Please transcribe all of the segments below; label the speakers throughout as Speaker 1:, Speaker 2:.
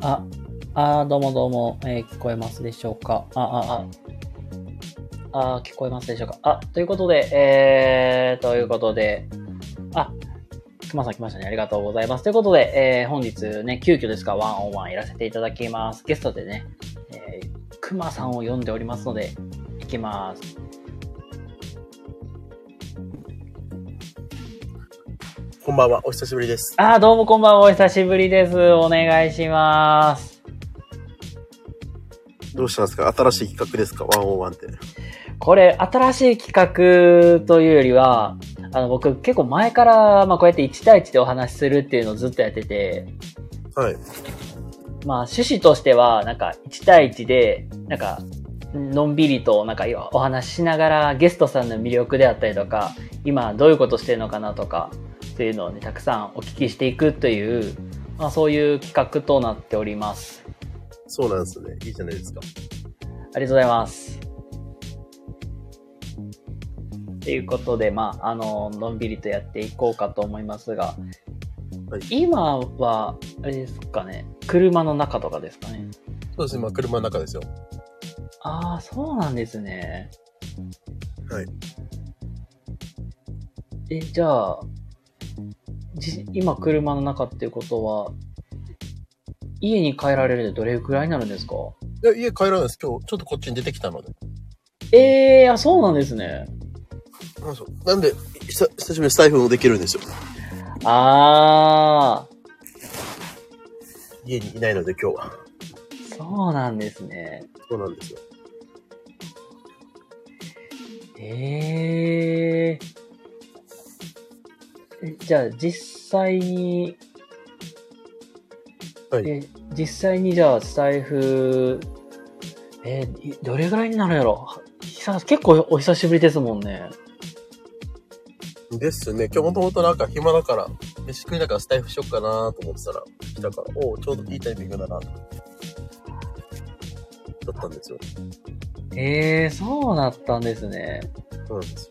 Speaker 1: あ、あー、どうもどうも、えー聞こえますでしょうか。あ、あ、あ、あー、聞こえますでしょうか。あ、ということで、えー、ということで、あ、熊さん来ましたね。ありがとうございます。ということで、えー本日ね、急遽ですが、ワンオンワンやらせていただきます。ゲストでね、えー、熊さんを呼んでおりますので、いきます。
Speaker 2: こんばんは、お久しぶりです。
Speaker 1: あー、どうもこんばんは。お久しぶりです。お願いします。
Speaker 2: どうしたんですか新しい企画ですかワンオンワンって。
Speaker 1: これ、新しい企画というよりは、あの、僕、結構前から、まあ、こうやって1対1でお話しするっていうのをずっとやってて、
Speaker 2: はい。
Speaker 1: まあ、趣旨としては、なんか、1対1で、なんか、のんびりと、なんか、お話ししながら、ゲストさんの魅力であったりとか、今、どういうことしてるのかなとか、そういうのをね、たくさんお聞きしていくという、まあ、そういう企画となっております。
Speaker 2: そうなんですね。いいじゃないですか。
Speaker 1: ありがとうございます。ということで、まあ、あの、のんびりとやっていこうかと思いますが、
Speaker 2: はい
Speaker 1: 今は、あれですかね、車の中とかですかね。
Speaker 2: そうですね。今、車の中ですよ。
Speaker 1: ああ、そうなんですね。
Speaker 2: はい。
Speaker 1: え、じゃあ、じ今車の中っていうことは、家に帰られるでどれくらいになるんですか
Speaker 2: いや、家帰らないです。今日、ちょっとこっちに出てきたので。
Speaker 1: ええー、あ、そうなんですね。
Speaker 2: あそうなんで、久久しぶりにスタイフもできるんですよ。
Speaker 1: ああ、
Speaker 2: 家にいないので、今日は。
Speaker 1: そうなんですね。
Speaker 2: そうなんですよ。
Speaker 1: えーえ。じゃあ実際に、
Speaker 2: はい
Speaker 1: え実際にじゃあスタイフ、えーいどれぐらいになるやろ久結構お久しぶりですもんね。
Speaker 2: ですね。今日もともとなんか暇だから、飯食いながらスタイフしよっかなと思ってたら、来たから、おうちょうどいいタイミングだなと思って。だったんですよ。
Speaker 1: えー、そうだったんですね。
Speaker 2: そうなんですよ。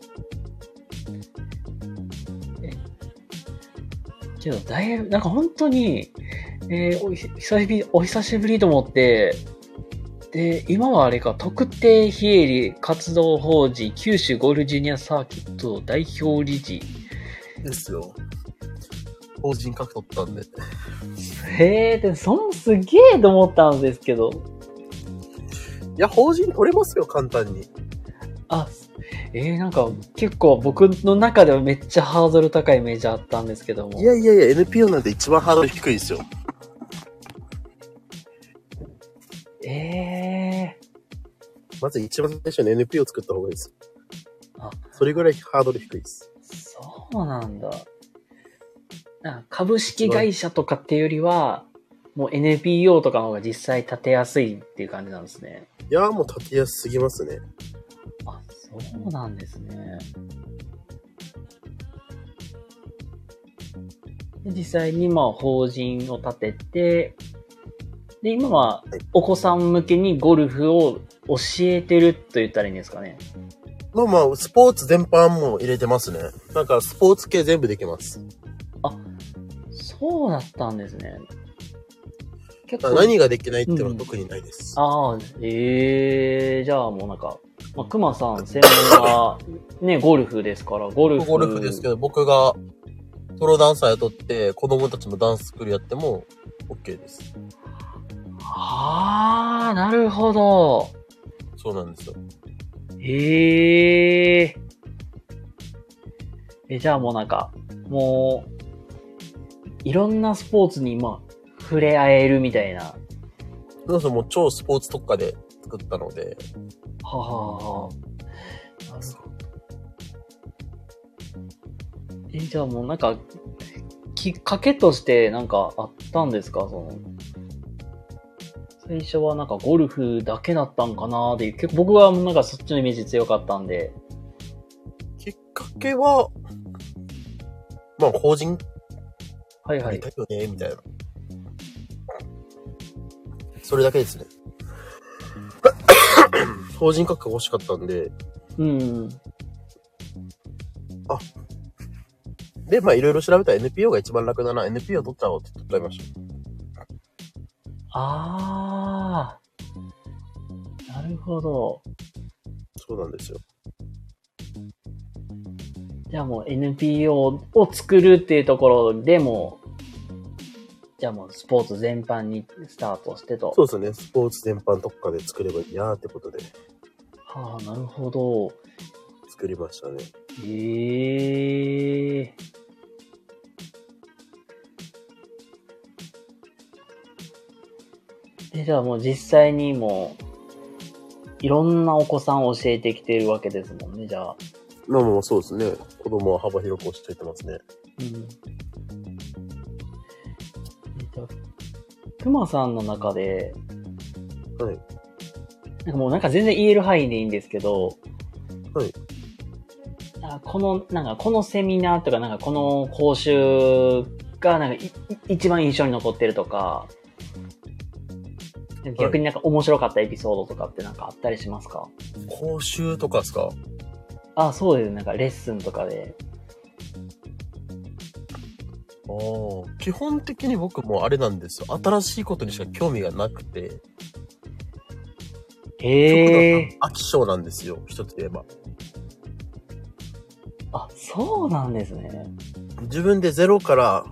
Speaker 1: けど、だいぶ、なんか本当に、えーおひ久しぶり、お久しぶりと思って、で、今はあれか、特定非営利活動法人九州ゴールジュニアサーキット代表理事。
Speaker 2: ですよ。法人格取ったんで。
Speaker 1: へえー、で、そんすげえと思ったんですけど。
Speaker 2: いや、法人取れますよ、簡単に。
Speaker 1: あ、えー、なんか結構僕の中ではめっちゃハードル高いイメージあったんですけども。
Speaker 2: いやいやいや、NPO なんて一番ハードル低いですよ。
Speaker 1: えー、
Speaker 2: まず一番最初に NPO 作った方がいいです。
Speaker 1: あ
Speaker 2: それぐらいハードル低いです。
Speaker 1: そうなんだ。なんか株式会社とかっていうよりは、もう NPO とかの方が実際立てやすいっていう感じなんですね。
Speaker 2: いやーもう立てやすすぎますね。
Speaker 1: あ、そうなんですね。で実際にまあ法人を立てて、で、今はお子さん向けにゴルフを教えてると言ったらいいんですかね。
Speaker 2: まあまあ、スポーツ全般も入れてますね。なんか、スポーツ系全部できます。
Speaker 1: そうだったんですね。結
Speaker 2: まあ何ができないっていうのは特にないです。
Speaker 1: ああ、ええじゃあもうなんか、まあ、熊さん専門 は、ね、ゴルフですから、ゴルフ。
Speaker 2: ゴルフですけ
Speaker 1: ど。
Speaker 2: ど、僕がソロダンサー雇って、子供たちもダンススクールやっても OK です。
Speaker 1: ああ、なるほど。
Speaker 2: そうなんですよ。
Speaker 1: えええ、じゃあもうなんか、もう、いろんなスポーツに今、触れ合えるみたいな。
Speaker 2: そうそう、もう超スポーツ特化で作ったので、
Speaker 1: はあはあはあ。なるほど。え、じゃあもうなんか、きっかけとしてなんかあったんですかその、最初はなんかゴルフだけだったんかなーっていう、結構僕はなんかそっちのイメージ強かったんで。
Speaker 2: きっかけは、まあ、法人
Speaker 1: はい
Speaker 2: や
Speaker 1: は
Speaker 2: り
Speaker 1: い
Speaker 2: た。いよね、みたいな。それだけです ね。法人格が欲しかったんで、
Speaker 1: うん。
Speaker 2: で、まあいろいろ調べたら NPO が一番楽だな、NPO 取っちゃおうって取っちゃいまし
Speaker 1: ああ。なるほど。
Speaker 2: そうなんですよ。
Speaker 1: じゃあもう NPO を作るっていうところでも、じゃあもうスポーツ全般にスタートしてと。
Speaker 2: そうですね。スポーツ全般特化で作ればいいなってことで
Speaker 1: はあ、なるほど。
Speaker 2: 作りましたね。
Speaker 1: ええで、じゃあもう実際にもう、いろんなお子さんを教えてきてるわけですもんね、じゃあ。
Speaker 2: まあまあそうですね。子供は幅広く教えてますね。
Speaker 1: うん。えっと、くまさんの中で、
Speaker 2: はい。
Speaker 1: なんかもうなんか全然言える範囲でいいんですけど、
Speaker 2: はい。
Speaker 1: あこの、なんかこのセミナーとか、なんかこの講習が、なんかいい一番印象に残ってるとか、逆になんか面白かったエピソードとかってなんかあったりしますか、
Speaker 2: 講習とかですか
Speaker 1: あ、そうです。なんかレッスンとかで。
Speaker 2: ああ、基本的に僕もあれなんですよ。新しいことにしか興味がなくて、
Speaker 1: へえ。
Speaker 2: 飽き性なんですよ。一つ言えば。
Speaker 1: あ、そうなんですね。
Speaker 2: 自分で0から、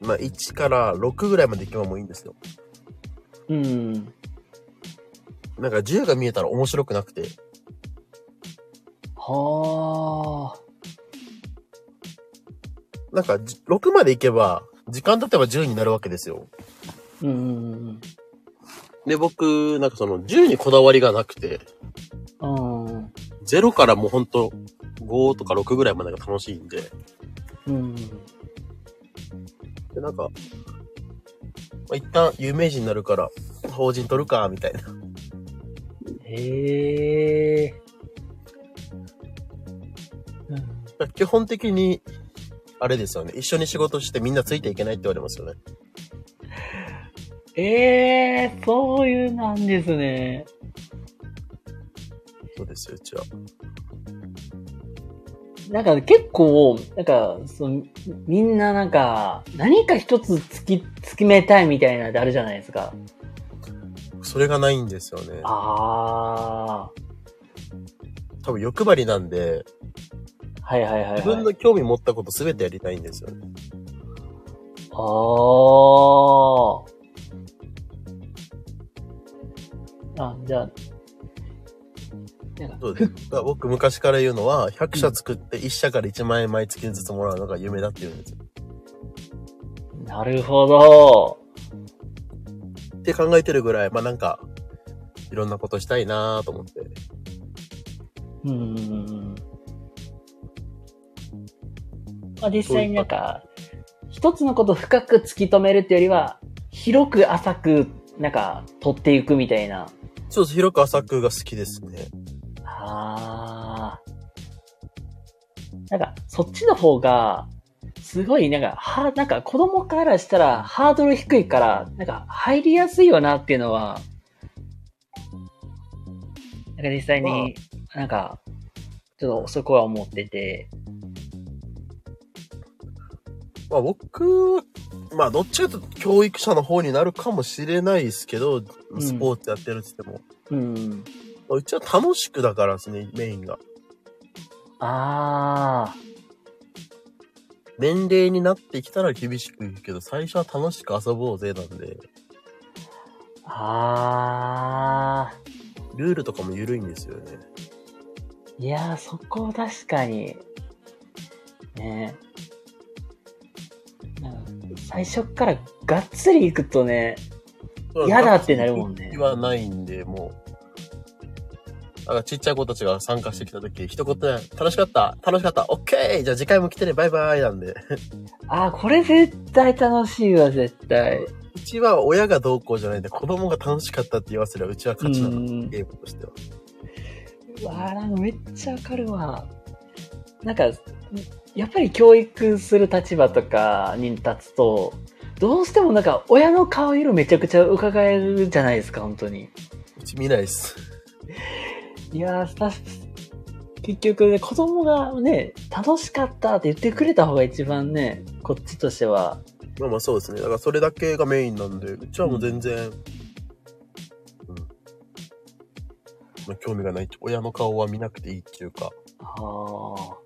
Speaker 2: まあ1から6ぐらいまでいけばもういいんですよ。
Speaker 1: うん。
Speaker 2: なんか10が見えたら面白くなくて、
Speaker 1: はあ。
Speaker 2: なんかじ6までいけば、時間経てば10になるわけですよ。
Speaker 1: うんうん
Speaker 2: で、僕、なんかその10にこだわりがなくて、
Speaker 1: うん。うん。
Speaker 2: 0からもうほんと5とか6ぐらいまでが楽しいんで、
Speaker 1: うん。
Speaker 2: で、なんか、まあ、一旦有名人になるから、法人取るか、みたいな。
Speaker 1: へえ。うん。
Speaker 2: 基本的に、あれですよね。一緒に仕事してみんなついていけないって言われますよね。
Speaker 1: ええそういうなんですね。
Speaker 2: そうですよ、うちは。
Speaker 1: なんか結構、なんか、そのみんななんか、何か一つ突き、突きめたいみたいなのってあるじゃないですか。
Speaker 2: それがないんですよね。
Speaker 1: あ
Speaker 2: 多分欲張りなんで、
Speaker 1: あ、はいはいはい、はい。
Speaker 2: 自分の興味持ったこと全てやりたいんですよね。
Speaker 1: ああ。あ、じゃあ、なんか、
Speaker 2: そうです。だから僕昔から言うのは、100社作って1社から1万円毎月ずつもらうのが夢だって言うんですよ。
Speaker 1: なるほど。
Speaker 2: って考えてるぐらい、まあなんか、いろんなことしたいなぁと思って。
Speaker 1: うんうんうんうん。まあ、実際になんか、一つのことを深く突き止めるっていうよりは、広く浅く、なんか、取っていくみたいな。
Speaker 2: そうです。広く浅くが好きですね。
Speaker 1: ああ。なんか、そっちの方が、すごい、なんか、は、なんか子供からしたらハードル低いから、なんか入りやすいよなっていうのは、なんか実際に、なんか、ちょっとそこは思ってて、
Speaker 2: まあ僕、まあどっちかというと教育者の方になるかもしれないですけど、
Speaker 1: ん
Speaker 2: スポーツやってるって言っても。
Speaker 1: うん。
Speaker 2: まあうちは楽しくだからですね、メインが。
Speaker 1: ああ、
Speaker 2: 年齢になってきたら厳しく言うけど、最初は楽しく遊ぼうぜなんで、
Speaker 1: ああ、
Speaker 2: ルールとかも緩いんですよね。
Speaker 1: いやー、そこ確かに、ねなんか最初からがっつり行くとね、嫌だってなるもんね
Speaker 2: 気はないんで、もう。だからちっちゃい子たちが参加してきた時、一言で、楽しかった楽しかったオッケーじゃあ次回も来てねバイバイなんで。
Speaker 1: あー、これ絶対楽しいわ、絶対。
Speaker 2: うちは親がどうこうじゃないんで、子供が楽しかったって言わせればうちは
Speaker 1: う
Speaker 2: 勝ちなの。
Speaker 1: ん。
Speaker 2: ゲームとしては。
Speaker 1: うわー、なんかめっちゃわかるわ。なんか、やっぱり教育する立場とかに立つと、どうしてもなんか親の顔色めちゃくちゃ伺えるじゃないですか、本当に。
Speaker 2: うち見ないっす。
Speaker 1: いやー、確か結局ね、子供がね、楽しかったって言ってくれた方が一番ね、こっちとしては
Speaker 2: まあまあそうですね。だからそれだけがメインなんで、うちはもう全然、うん。まあ興味がない。親の顔は見なくていいっていうか、
Speaker 1: は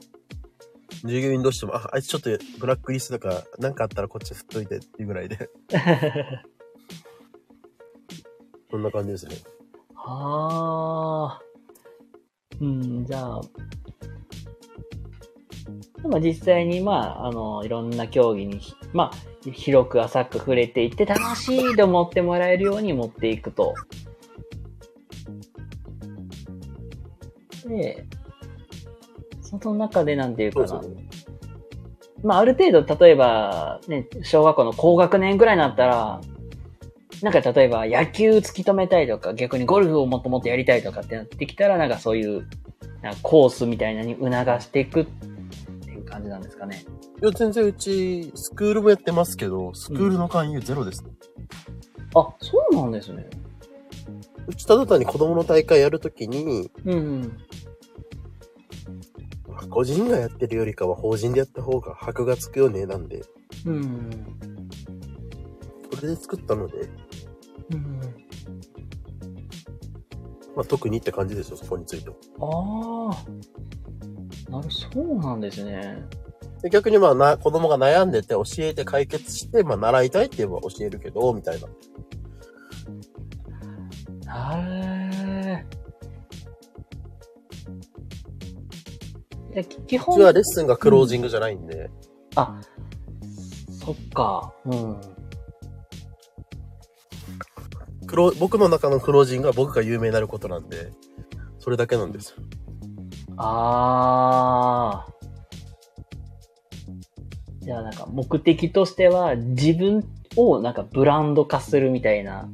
Speaker 2: 従業員どうしても、あ、あいつちょっとブラックリストだから、なんかあったらこっち振っといてっていうぐら いで、
Speaker 1: あ。
Speaker 2: そんな感じですね。
Speaker 1: はあ。うん、じゃあ。でも実際に、まあ、あの、いろんな競技に、まあ、広く浅く触れていって、楽しいと思ってもらえるように持っていくと。で、その中でなんていう
Speaker 2: そ
Speaker 1: か
Speaker 2: うで
Speaker 1: な
Speaker 2: すよ。ね。
Speaker 1: まあ、ある程度、例えば、ね、小学校の高学年ぐらいになったら、なんか例えば野球突き止めたいとか、逆にゴルフをもっともっとやりたいとかってなってきたら、なんかそういう、なんかコースみたいなのに促していくっていう感じなんですかね。
Speaker 2: いや、全然うち、スクールもやってますけど、スクールの勧誘ゼロですね。
Speaker 1: あ、そうなんですね。
Speaker 2: うちただ単に子供の大会やるときに、
Speaker 1: うん。
Speaker 2: まあ個人がやってるよりかは法人でやった方が箔がつくよね、なんで、
Speaker 1: うん。
Speaker 2: それで作ったので、
Speaker 1: うん。
Speaker 2: まあ特にって感じですよ、そこについては。
Speaker 1: ああ。なる、そうなんですね。
Speaker 2: で逆にまあな、子供が悩んでて教えて解決して、まあ習いたいって言えば教えるけど、みたいな。
Speaker 1: なる。いやき基
Speaker 2: う
Speaker 1: 本
Speaker 2: ちはレッスンがクロージングじゃないんで、
Speaker 1: あ、そっか。うん。
Speaker 2: クロ僕の中のクロージングは僕が有名になることなんで、それだけなんですよ。
Speaker 1: あー。じゃあなんか目的としては自分をなんかブランド化するみたいな、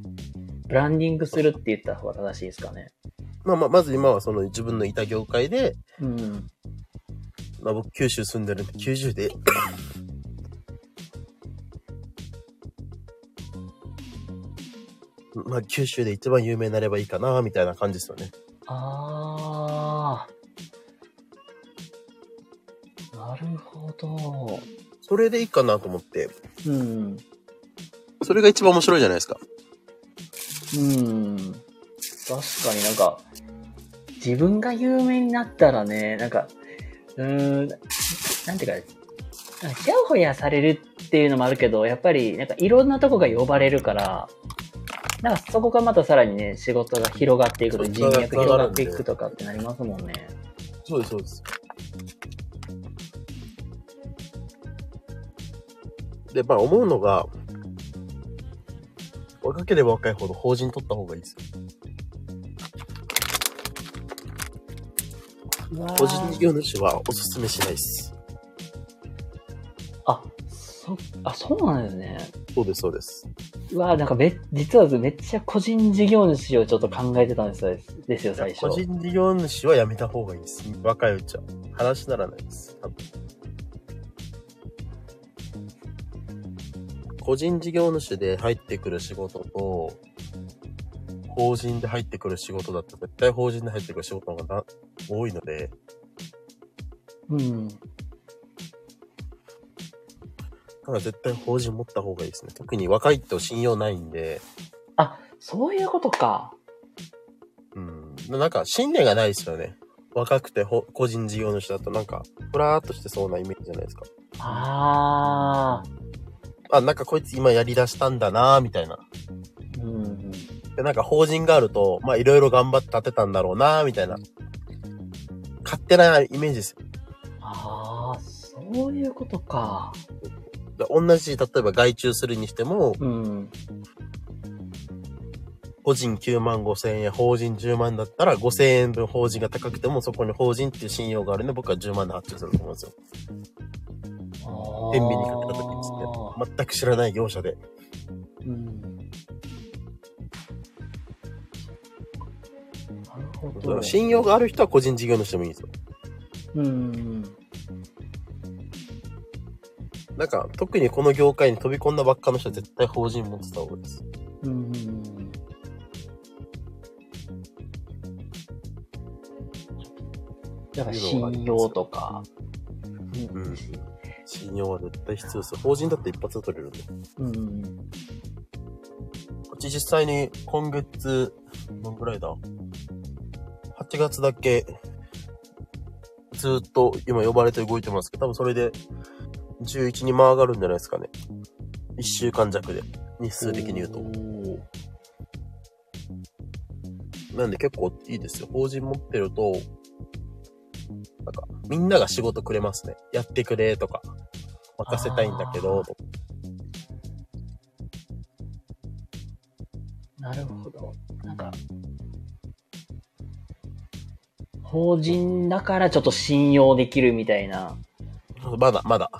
Speaker 1: ブランディングするって言った方が正しいですかね。
Speaker 2: まあまあ、まず今はその自分のいた業界で、
Speaker 1: うん。
Speaker 2: まあ僕九州住んでるんで、九州で、まあ九州で一番有名になればいいかな、みたいな感じですよね。
Speaker 1: あー。なるほど。
Speaker 2: それでいいかなと思って、
Speaker 1: うん。
Speaker 2: それが一番面白いじゃないですか。
Speaker 1: うん。確かになんか、自分が有名になったらね、なんか、うーん、なんていうか、なんかちやほやされるっていうのもあるけど、やっぱりなんかいろんなとこが呼ばれるから、なんかそこがまたさらにね、仕事が広がっていくと、
Speaker 2: そう
Speaker 1: 人脈広がってい
Speaker 2: つな
Speaker 1: く
Speaker 2: がるんで
Speaker 1: とかってなりますもんね。
Speaker 2: そうです、そうです。で、まあ思うのが、若ければ若いほど法人取った方がいいですよ。個人事業主はおすすめしないです。
Speaker 1: あ、そ、あ、そうなんですね。
Speaker 2: そうです、そうです。
Speaker 1: うわーなんかめ、実はめっちゃ個人事業主をちょっと考えてたんですよ、ですよ最初。
Speaker 2: 個人事業主はやめた方がいいです。若いうちは。話にならないです。多分個人事業主で入ってくる仕事と、法人で入ってくる仕事だと絶対法人で入ってくる仕事の方がな多いので、
Speaker 1: うん。
Speaker 2: だから絶対法人持った方がいいですね。特に若いと信用ないんで、
Speaker 1: あ、そういうことか。
Speaker 2: うん。なんか信念がないですよね。若くてほ個人事業主だとなんか、ふらーっとしてそうなイメージじゃないですか。
Speaker 1: ああ。
Speaker 2: あ、なんかこいつ今やり出したんだなーみたいな。
Speaker 1: うん。
Speaker 2: で、なんか法人があると、まあいろいろ頑張って建てたんだろうなーみたいな。勝手なイメージですよ。
Speaker 1: ああ、そういうことか。
Speaker 2: で同じ、例えば外注するにしても、
Speaker 1: うん。
Speaker 2: 個人9万5千円、法人10万だったら5千円分法人が高くても、そこに法人っていう信用があるんで、僕は10万で発注すると思うんですよ。天秤にかけた時にですね。全く知らない業者で。
Speaker 1: うん。なるほ
Speaker 2: だか
Speaker 1: ど
Speaker 2: ら。信用がある人は個人事業主でもいいんですよ。
Speaker 1: うん。
Speaker 2: なんか、特にこの業界に飛び込んだばっかの人は絶対法人持ってた方がいいです。
Speaker 1: うん。やっぱ信用とか。
Speaker 2: うん。信用は絶対必要ですよ。法人だって一発で取れるんで。
Speaker 1: うんうん
Speaker 2: こっち実際に今月、どんぐらいだ ?8 月だけ、ずーっと今呼ばれて動いてますけど、多分それで11に回がるんじゃないですかね。1週間弱で、日数的に言うと。
Speaker 1: おー
Speaker 2: なんで結構いいですよ。法人持ってると、なんか、みんなが仕事くれますね。やってくれとか、任せたいんだけど、とか
Speaker 1: なるほど。なんか、法人だからちょっと信用できるみたいな。
Speaker 2: まだ、まだ。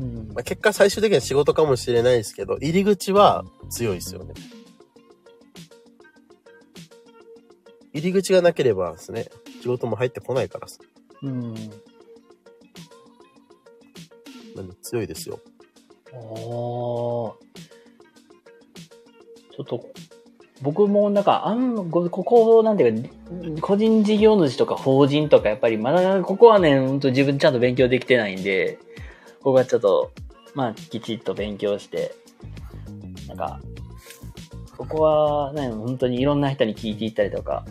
Speaker 1: うん
Speaker 2: まあ、結果最終的には仕事かもしれないですけど、入り口は強いですよね。入り口がなければですね、仕事も入ってこないからさ。
Speaker 1: うん。
Speaker 2: なんで強いですよ。
Speaker 1: おーちょっと、僕もなんか、あん、こここ、なんていうか、個人事業主とか法人とか、やっぱりまだ、ここはね、ほんと自分ちゃんと勉強できてないんで、ここはちょっと、まあ、きちっと勉強して、なんか、ここはね、本当にいろんな人に聞いていったりとか、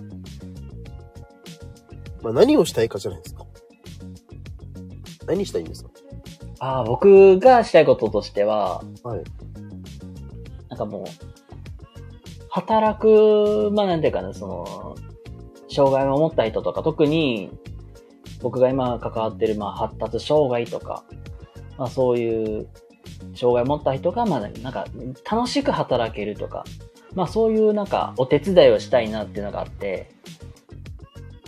Speaker 2: まあ、何をしたいかじゃないですか。何したいんですか
Speaker 1: ああ、僕がしたいこととしては、
Speaker 2: はい。
Speaker 1: なんかもう、働く、まあなんていうかな、その、障害を持った人とか、特に、僕が今関わってる、まあ発達障害とか、まあそういう、障害を持った人が、まあなんか、楽しく働けるとか、まあそういうなんか、お手伝いをしたいなっていうのがあって、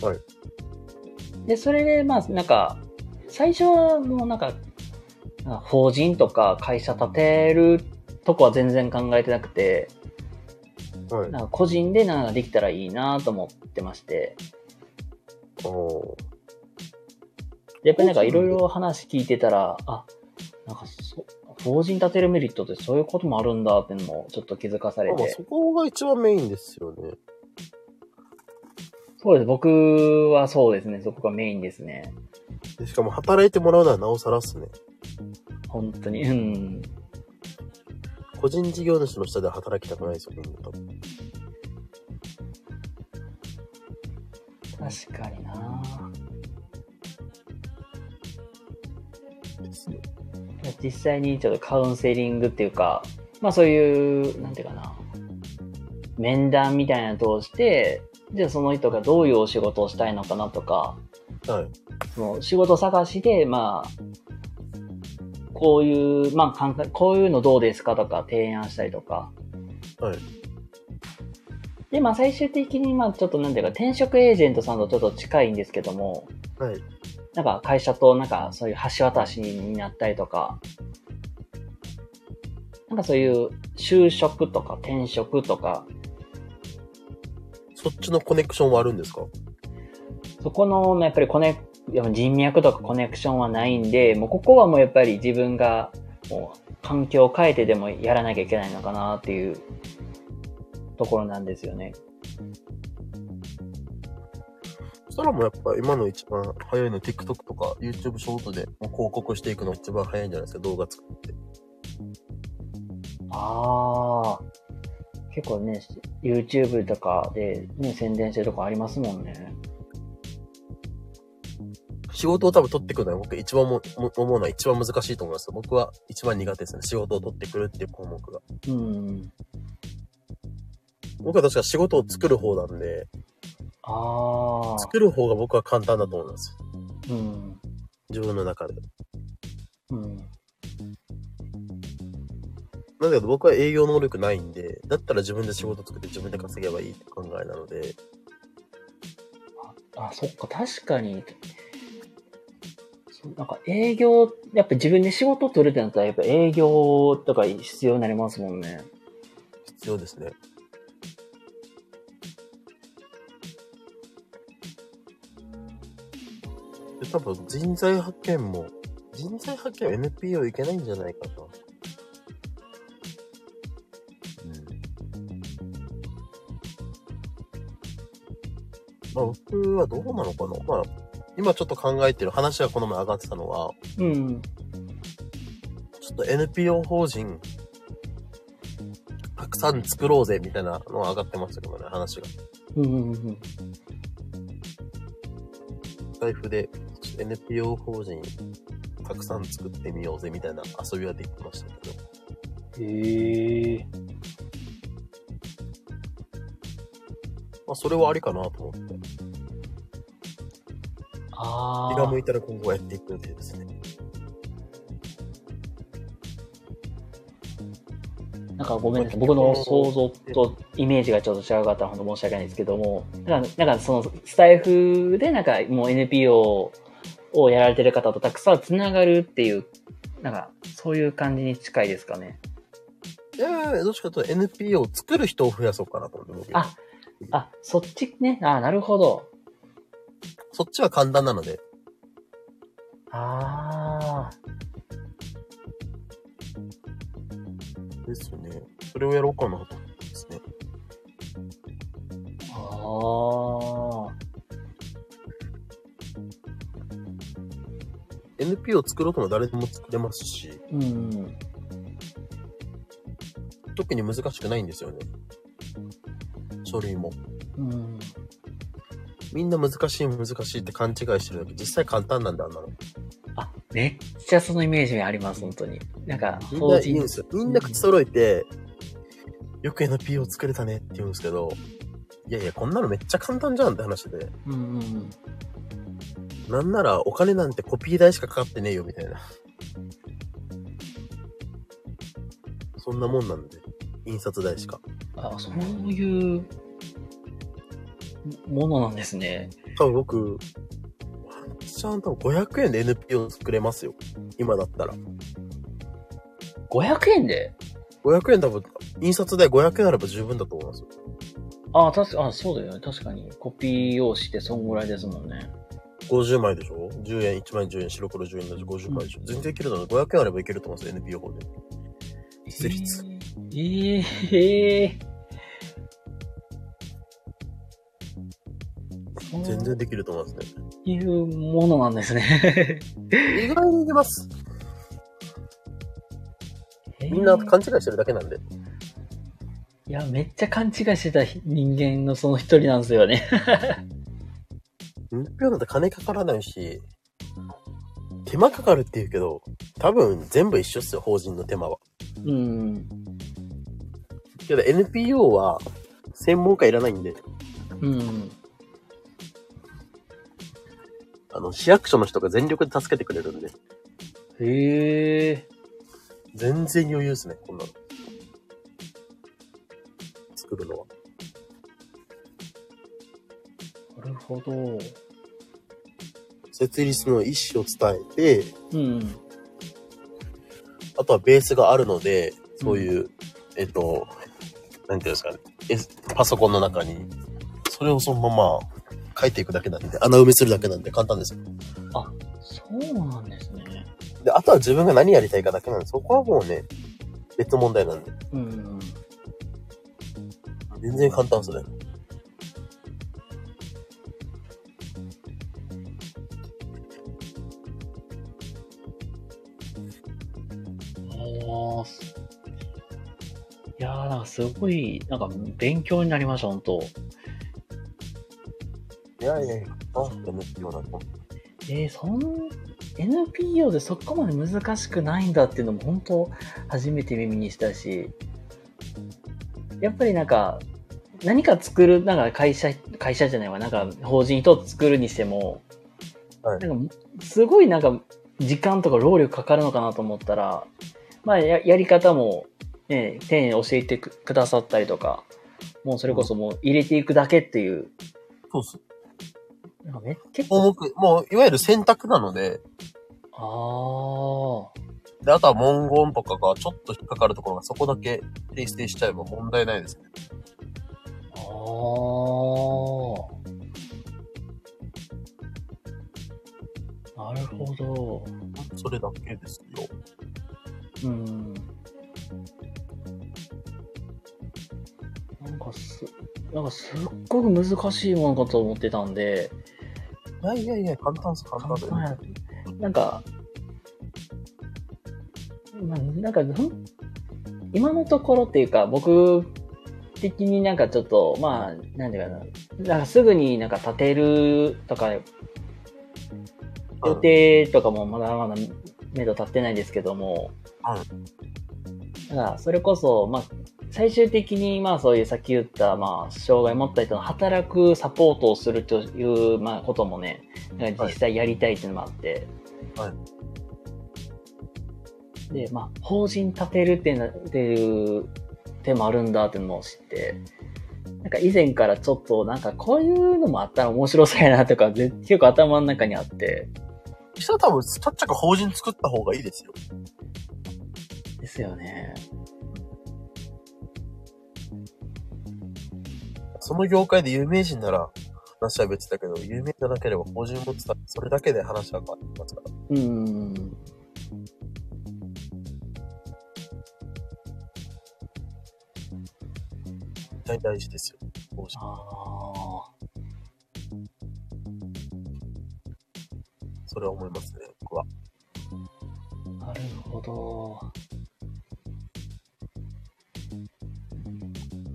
Speaker 2: はい。
Speaker 1: で、それで、まあ、なんか、最初はもうなんか、なんか法人とか会社立てるとこは全然考えてなくて、
Speaker 2: はい。
Speaker 1: なんか個人でなんかできたらいいなと思ってまして、
Speaker 2: お
Speaker 1: でやっぱりなんかいろいろ話聞いてたら、あ、なんかそ、法人立てるメリットってそういうこともあるんだってのもちょっと気づかされ
Speaker 2: ーまあ、
Speaker 1: て
Speaker 2: そ、こが一番メインですよね。
Speaker 1: そうです、僕はそうですね、そこがメインですね。
Speaker 2: でしかも働いてもらうのはなおさらっすね。
Speaker 1: 本当に、うん。
Speaker 2: 個人事業主の下では働きたくないですよ、みんな多分。
Speaker 1: 確かにな
Speaker 2: ですよ。
Speaker 1: 実際にちょっとカウンセリングっていうか、まあそういう、なんていうかな、面談みたいなのを通して、じゃあその人がどういうお仕事をしたいのかなとか、
Speaker 2: はい。
Speaker 1: その仕事探しで、まあ、こういう、まあ簡単、こういうのどうですかとか提案したりとか。
Speaker 2: はい。
Speaker 1: で、まあ最終的に、まあちょっとなんていうか、転職エージェントさんとちょっと近いんですけども、
Speaker 2: はい。
Speaker 1: なんか会社となんかそういう橋渡しになったりとか、なんかそういう就職とか転職とか、
Speaker 2: そっちのコネクションはあるんですか
Speaker 1: そこのやっぱりコネ、やっぱ人脈とかコネクションはないんで、もうここはもうやっぱり自分がもう環境を変えてでもやらなきゃいけないのかなっていうところなんですよね。
Speaker 2: そしたらもうやっぱ今の一番早いの TikTok とか YouTube ショートでもう広告していくの一番早いんじゃないですか動画作って。
Speaker 1: ああ。結構ね、YouTube とかでね、宣伝してるとこありますもんね。
Speaker 2: 仕事を多分取ってくるのは僕一番もも思うのは一番難しいと思います。僕は一番苦手ですね。仕事を取ってくるっていう項目が。
Speaker 1: うん。
Speaker 2: 僕は確か仕事を作る方なんで、
Speaker 1: ああ。
Speaker 2: 作る方が僕は簡単だと思うんですよ。
Speaker 1: うん。
Speaker 2: 自分の中で。
Speaker 1: うん。
Speaker 2: なんだけど僕は営業能力ないんで、だったら自分で仕事作って自分で稼げばいいって考えなので、
Speaker 1: あ、そっか、確かに。そうなんか営業、やっぱ自分で仕事取るってなったら、やっぱ営業とか必要になりますもんね。
Speaker 2: 必要ですね。で、多分人材派遣も、人材派遣は NPO いけないんじゃないかな。うん。まあ僕はどうなのかなまあ、今ちょっと考えてる話がこの前上がってたのは、
Speaker 1: うん。
Speaker 2: ちょっと NPO 法人、たくさん作ろうぜ、みたいなのが上がってましたけどね、話が。
Speaker 1: うんうんうん。
Speaker 2: 財布で NPO 法人、たくさん作ってみようぜ、みたいな遊びはできてましたけど。
Speaker 1: へえ。
Speaker 2: まあ、それはありかなと思って。
Speaker 1: あ
Speaker 2: 気が
Speaker 1: あ
Speaker 2: 向。いたら今後はやっていく予定ですね。
Speaker 1: なんかごめんなさい。僕の想像とイメージがちょっと違うかったら本当申し訳ないですけども、なんか、なんかそのスタイフでなんかもう NPO をやられてる方とたくさんつながるっていう、なんかそういう感じに近いですかね。
Speaker 2: いやいやいやどっちかというと NPO を作る人を増やそうかなと思って僕。
Speaker 1: あ、あ、そっちね。あ、なるほど。
Speaker 2: そっちは簡単なので。
Speaker 1: ああ。
Speaker 2: ですよね。それをやろうかなと思ってですね。
Speaker 1: ああ。
Speaker 2: NPO を作ろうとも誰でも作れますし、
Speaker 1: うん。
Speaker 2: 特に難しくないんですよね。書類も。
Speaker 1: うん。
Speaker 2: みんな難しい難しいって勘違いしてるだけ、実際簡単なんだ、あんなの。
Speaker 1: あ、めっちゃそのイメージがあります、本当に。なんか、
Speaker 2: みんな
Speaker 1: 法
Speaker 2: 言うん
Speaker 1: 人
Speaker 2: ですよ。みんな口揃えて、よく NPO 作れたねって言うんですけど、いやいや、こんなのめっちゃ簡単じゃんって話で。
Speaker 1: うんうんうん。
Speaker 2: なんならお金なんてコピー代しかかかってねえよみたいな。そんなもんなんで、印刷代しか。
Speaker 1: あ、そういうものなんですね。
Speaker 2: 多分僕、ワンチャン多分500円で NPO 作れますよ。今だったら。
Speaker 1: 500円で
Speaker 2: 500円多分、印刷代500円あれば十分だと思いますよ。
Speaker 1: あ、確か、あ、そうだよね。確かに。コピー用紙ってそんぐらいですもんね。
Speaker 2: 50枚でしょ ?10 円、1枚10円、白黒10円だし50枚でしょ、全然いけるだろう。500円あればいけると思うんですよ、NPO 法で。設立。
Speaker 1: えー、えー。
Speaker 2: 全然できると思うんですね。
Speaker 1: そういうものなんですね。
Speaker 2: 意外にいけます。みんな勘違いしてるだけなんで。
Speaker 1: いや、めっちゃ勘違いしてた人間のその一人なんですよね。
Speaker 2: NPO だって金かからないし、手間かかるって言うけど、多分全部一緒っすよ、法人の手間は。
Speaker 1: うん。
Speaker 2: けど NPO は専門家いらないんで、
Speaker 1: うん。
Speaker 2: あの、市役所の人が全力で助けてくれるんで、
Speaker 1: へえ。
Speaker 2: 全然余裕っすね、こんなの。作るのは。
Speaker 1: なるほど。
Speaker 2: 設立の意思を伝えて、
Speaker 1: うん。
Speaker 2: あとはベースがあるので、そういう、えっと、なんていうんですかね、S- パソコンの中に、それをそのまま書いていくだけなんで、穴埋めするだけなんで簡単ですよ。
Speaker 1: そうなんですね。
Speaker 2: で、あとは自分が何やりたいかだけなんで、そこはもうね、別問題なんで、
Speaker 1: うん。
Speaker 2: 全然簡単ですね。
Speaker 1: おーいやー、なんかすごい、なんか勉強になりました、本当
Speaker 2: いやいやいや、あ、NPO だと。
Speaker 1: えー、そん、NPO でそこまで難しくないんだっていうのも本当初めて耳にしたし、やっぱりなんか、何か作る、なんか会社、会社じゃないわ、なんか法人一つ作るにしても、
Speaker 2: はい
Speaker 1: なんかすごいなんか時間とか労力かかるのかなと思ったら、まあややり方も、ね、丁寧に教えてくくださったりとか、もうそれこそもう入れていくだけっていう、
Speaker 2: そうっす。
Speaker 1: なんかめ結構、
Speaker 2: 項目、もう、いわゆる選択なので、
Speaker 1: ああ。
Speaker 2: で、あとは文言とかがちょっと引っかかるところがそこだけ訂正しちゃえば問題ないですね。
Speaker 1: あーなるほど。
Speaker 2: それだけですよ。
Speaker 1: うん。なんかす、なんかすっごく難しいものかと思ってたんで、
Speaker 2: いやいやいや、簡単です、簡単です。
Speaker 1: 簡なんか、まあなんか、ほん今のところっていうか、僕的になんかちょっと、まあ、なんていうかな、なんかすぐになんか立てるとか、予定とかもまだまだ目処立ってないですけども、だからそれこそ、まあ、最終的に、まあそういうさっき言った、まあ、障害持った人の働くサポートをするという、まあ、こともね、なんか実際やりたいっていうのもあって、
Speaker 2: はい
Speaker 1: で、まあ、法人立てるってなっていう手もあるんだっていうのも知って、なんか以前からちょっと、なんかこういうのもあったら面白そうやなとか、ぜ結構頭の中にあって、
Speaker 2: 実際多分、ちゃっちゃか法人作った方がいいですよ。
Speaker 1: ですよね。
Speaker 2: その業界で有名人なら、話は別だけど、有名じゃなければ法人持ってたら、それだけで話は変わってきますから。
Speaker 1: うん。
Speaker 2: 絶対大事ですよ。法人。
Speaker 1: あ
Speaker 2: それは思いますね、僕は。
Speaker 1: あ、なるほど。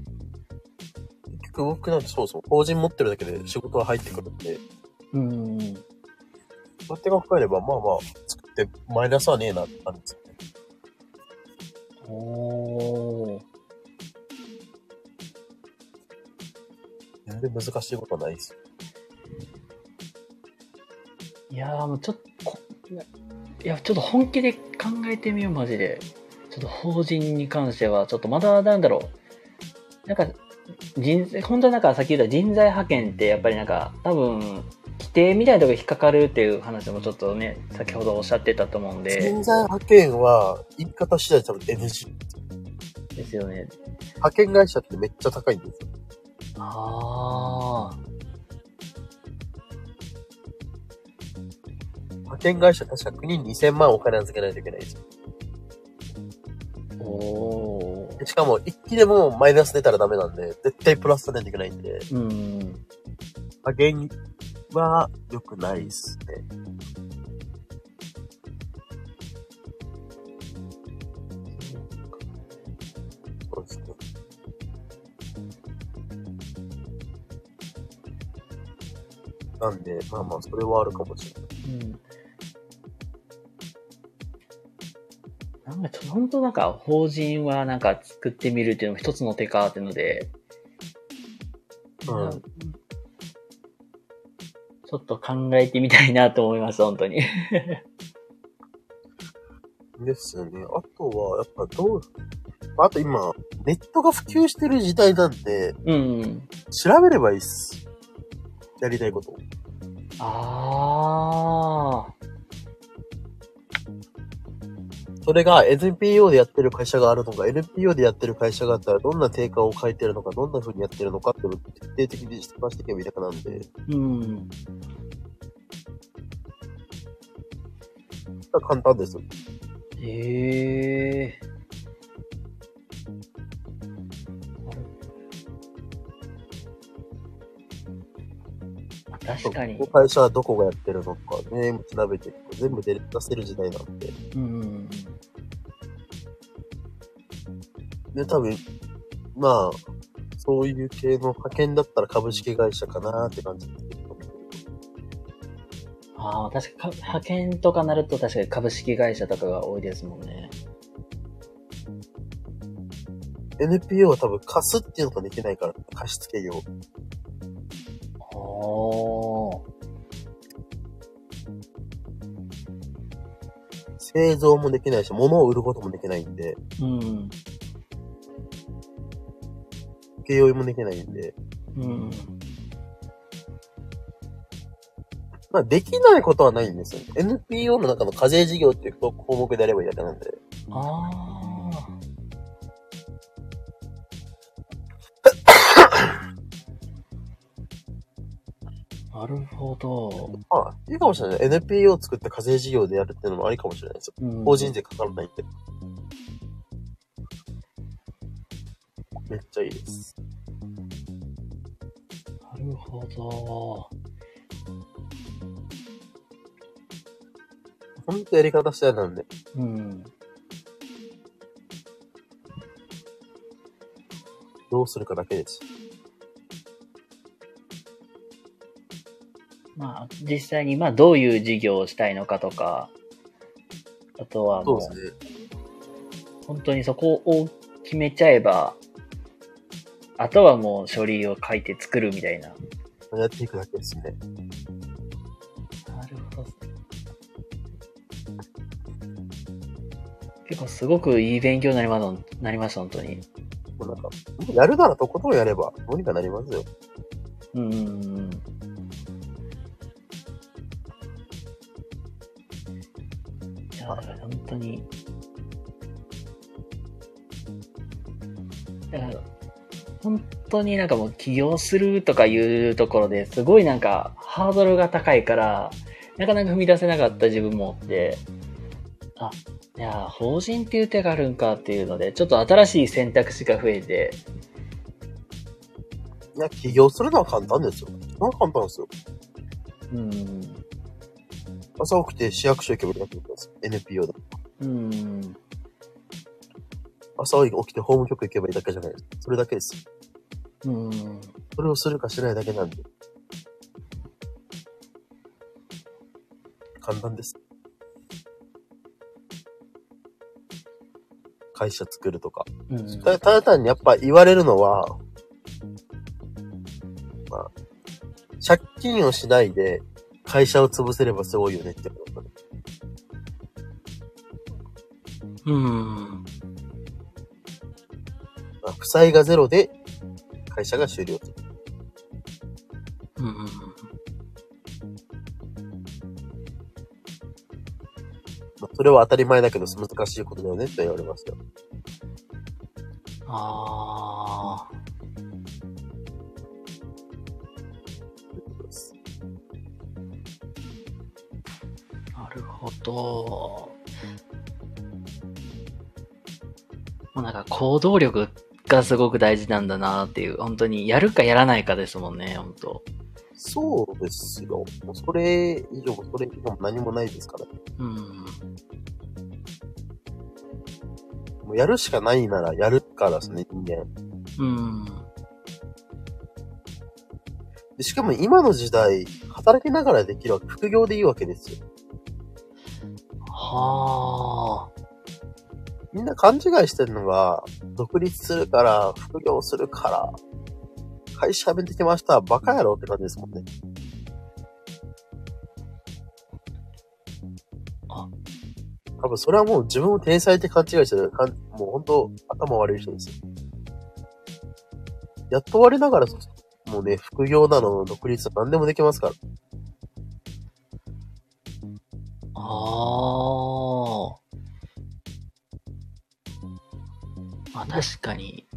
Speaker 2: 結局僕なんてそうそう、法人持ってるだけで仕事は入ってくるんで、
Speaker 1: うん。うん
Speaker 2: そうやって考えれば、まあまあ、作ってマイナスはねえなって感じですよね。
Speaker 1: おー。
Speaker 2: 全然難しいことはないですよ。
Speaker 1: いやーもうちょっとこ、いや、ちょっと本気で考えてみよう、マジで。ちょっと法人に関しては、ちょっとまだなんだろう。なんか、人材、本当はなんかさっき言った人材派遣ってやっぱりなんか、多分、規定みたいなところ引っかかるっていう話もちょっとね、先ほどおっしゃってたと思うんで、
Speaker 2: 人材派遣は、言い方次第多分 NG。
Speaker 1: ですよね。
Speaker 2: 派遣会社ってめっちゃ高いんですよ。
Speaker 1: ああ。
Speaker 2: 派遣会社確か国に2000万お金預けないといけないんですよ。
Speaker 1: お
Speaker 2: でしかも、一気でもマイナス出たらダメなんで、絶対プラス出ないといけないんで、
Speaker 1: うん。
Speaker 2: 派遣は良くないっすね。そうですね。なんで、まあまあ、それはあるかもしれない。
Speaker 1: うん。なんかちょっと、本当なんか、法人はなんか作ってみるっていうのも一つの手かっていうので、
Speaker 2: うん
Speaker 1: ちょっと考えてみたいなと思います、本当に。
Speaker 2: ですよね。あとは、やっぱどう、あと今、ネットが普及してる時代なんで、
Speaker 1: うん。
Speaker 2: 調べればいいっす。やりたいことを。
Speaker 1: ああ。
Speaker 2: それが NPO でやってる会社があるのか、NPO でやってる会社があったら、どんな定価を書いてるのか、どんな風にやってるのかっていうのを徹底的に探していけばいいだけなんで、
Speaker 1: うん。
Speaker 2: 簡単ですよ。
Speaker 1: ええまあ確かに
Speaker 2: こ。の会社はどこがやってるのか、ネーム調べていくと全部出せる時代なんで。
Speaker 1: うん。
Speaker 2: で、多分、まあ、そういう系の派遣だったら株式会社かなーって感じですけど。
Speaker 1: ああ、確かか、派遣とかなると確かに株式会社とかが多いですもんね。
Speaker 2: NPO は多分貸すっていうのができないから、貸付業。
Speaker 1: おー。
Speaker 2: 製造もできないし、物を売ることもできないんで、
Speaker 1: うん。
Speaker 2: 請負もできないんで、
Speaker 1: うん。
Speaker 2: まあ、できないことはないんですよ。NPO の中の課税事業っていう項目であればいいだけなんで。
Speaker 1: あ あ。なるほど。
Speaker 2: まあ、いいかもしれない。NPO を作って課税事業でやるっていうのもありかもしれないですよ。
Speaker 1: うん
Speaker 2: 法人税かからないって。めっちゃいいです。
Speaker 1: なるほど。
Speaker 2: ほんとやり方次第なんで。
Speaker 1: うん。
Speaker 2: どうするかだけです。
Speaker 1: まあ、実際に、まあ、どういう事業をしたいのかとか、あとは
Speaker 2: そ
Speaker 1: も
Speaker 2: う
Speaker 1: う、
Speaker 2: ですね。
Speaker 1: 本当にそこを決めちゃえば、あとはもう書類を書いて作るみたいな。
Speaker 2: やっていくだけですね。
Speaker 1: なるほど。結構すごくいい勉強になりました、なりました、本当に。
Speaker 2: もうなんか、やるならとことんやれば、どうにかなりますよ。
Speaker 1: うんうんうんうん。いや、だから本当に。だから、本当になんかもう起業するとかいうところですごいなんかハードルが高いから、なかなか踏み出せなかった自分もあって、あ、いや、法人っていう手があるんかっていうので、ちょっと新しい選択肢が増えて、
Speaker 2: いや、起業するのは簡単ですよ。まあ簡単ですよ。
Speaker 1: うん、
Speaker 2: 朝起きて市役所行けばいいだけです。NPO だ。
Speaker 1: うん、
Speaker 2: 朝起きて法務局行けばいいだけじゃないです。それだけです。
Speaker 1: うん。
Speaker 2: それをするかしないだけなんで。簡単です。会社作るとか。
Speaker 1: うん
Speaker 2: たただ単にやっぱ言われるのは、まあ、借金をしないで会社を潰せればすごいよねってことね。
Speaker 1: うん。
Speaker 2: まあ、負債がゼロで会社が終了と。
Speaker 1: うん。
Speaker 2: まあ、それは当たり前だけど難しいことだよねって言われますよ。
Speaker 1: ああ。なるほど。もうなんか行動力がすごく大事なんだなっていう、本当にやるかやらないかですもんね、本当。
Speaker 2: そうですよ。もうそれ以上、それ以上も何もないですから。
Speaker 1: うん。
Speaker 2: もうやるしかないならやるからですね、人間。
Speaker 1: うん。
Speaker 2: でしかも今の時代、働きながらできるわけ、副業でいいわけですよ。
Speaker 1: はあ。
Speaker 2: みんな勘違いしてるのが、独立するから、副業するから、会社辞めてきました、バカやろって感じですもんね。
Speaker 1: あ
Speaker 2: 多分それはもう自分を天才って勘違いしてる。かんもう本当頭悪い人ですよ。やっと終わりながら、もうね、副業なの、独立なの何でもできますから。
Speaker 1: ああ。まあ確かに、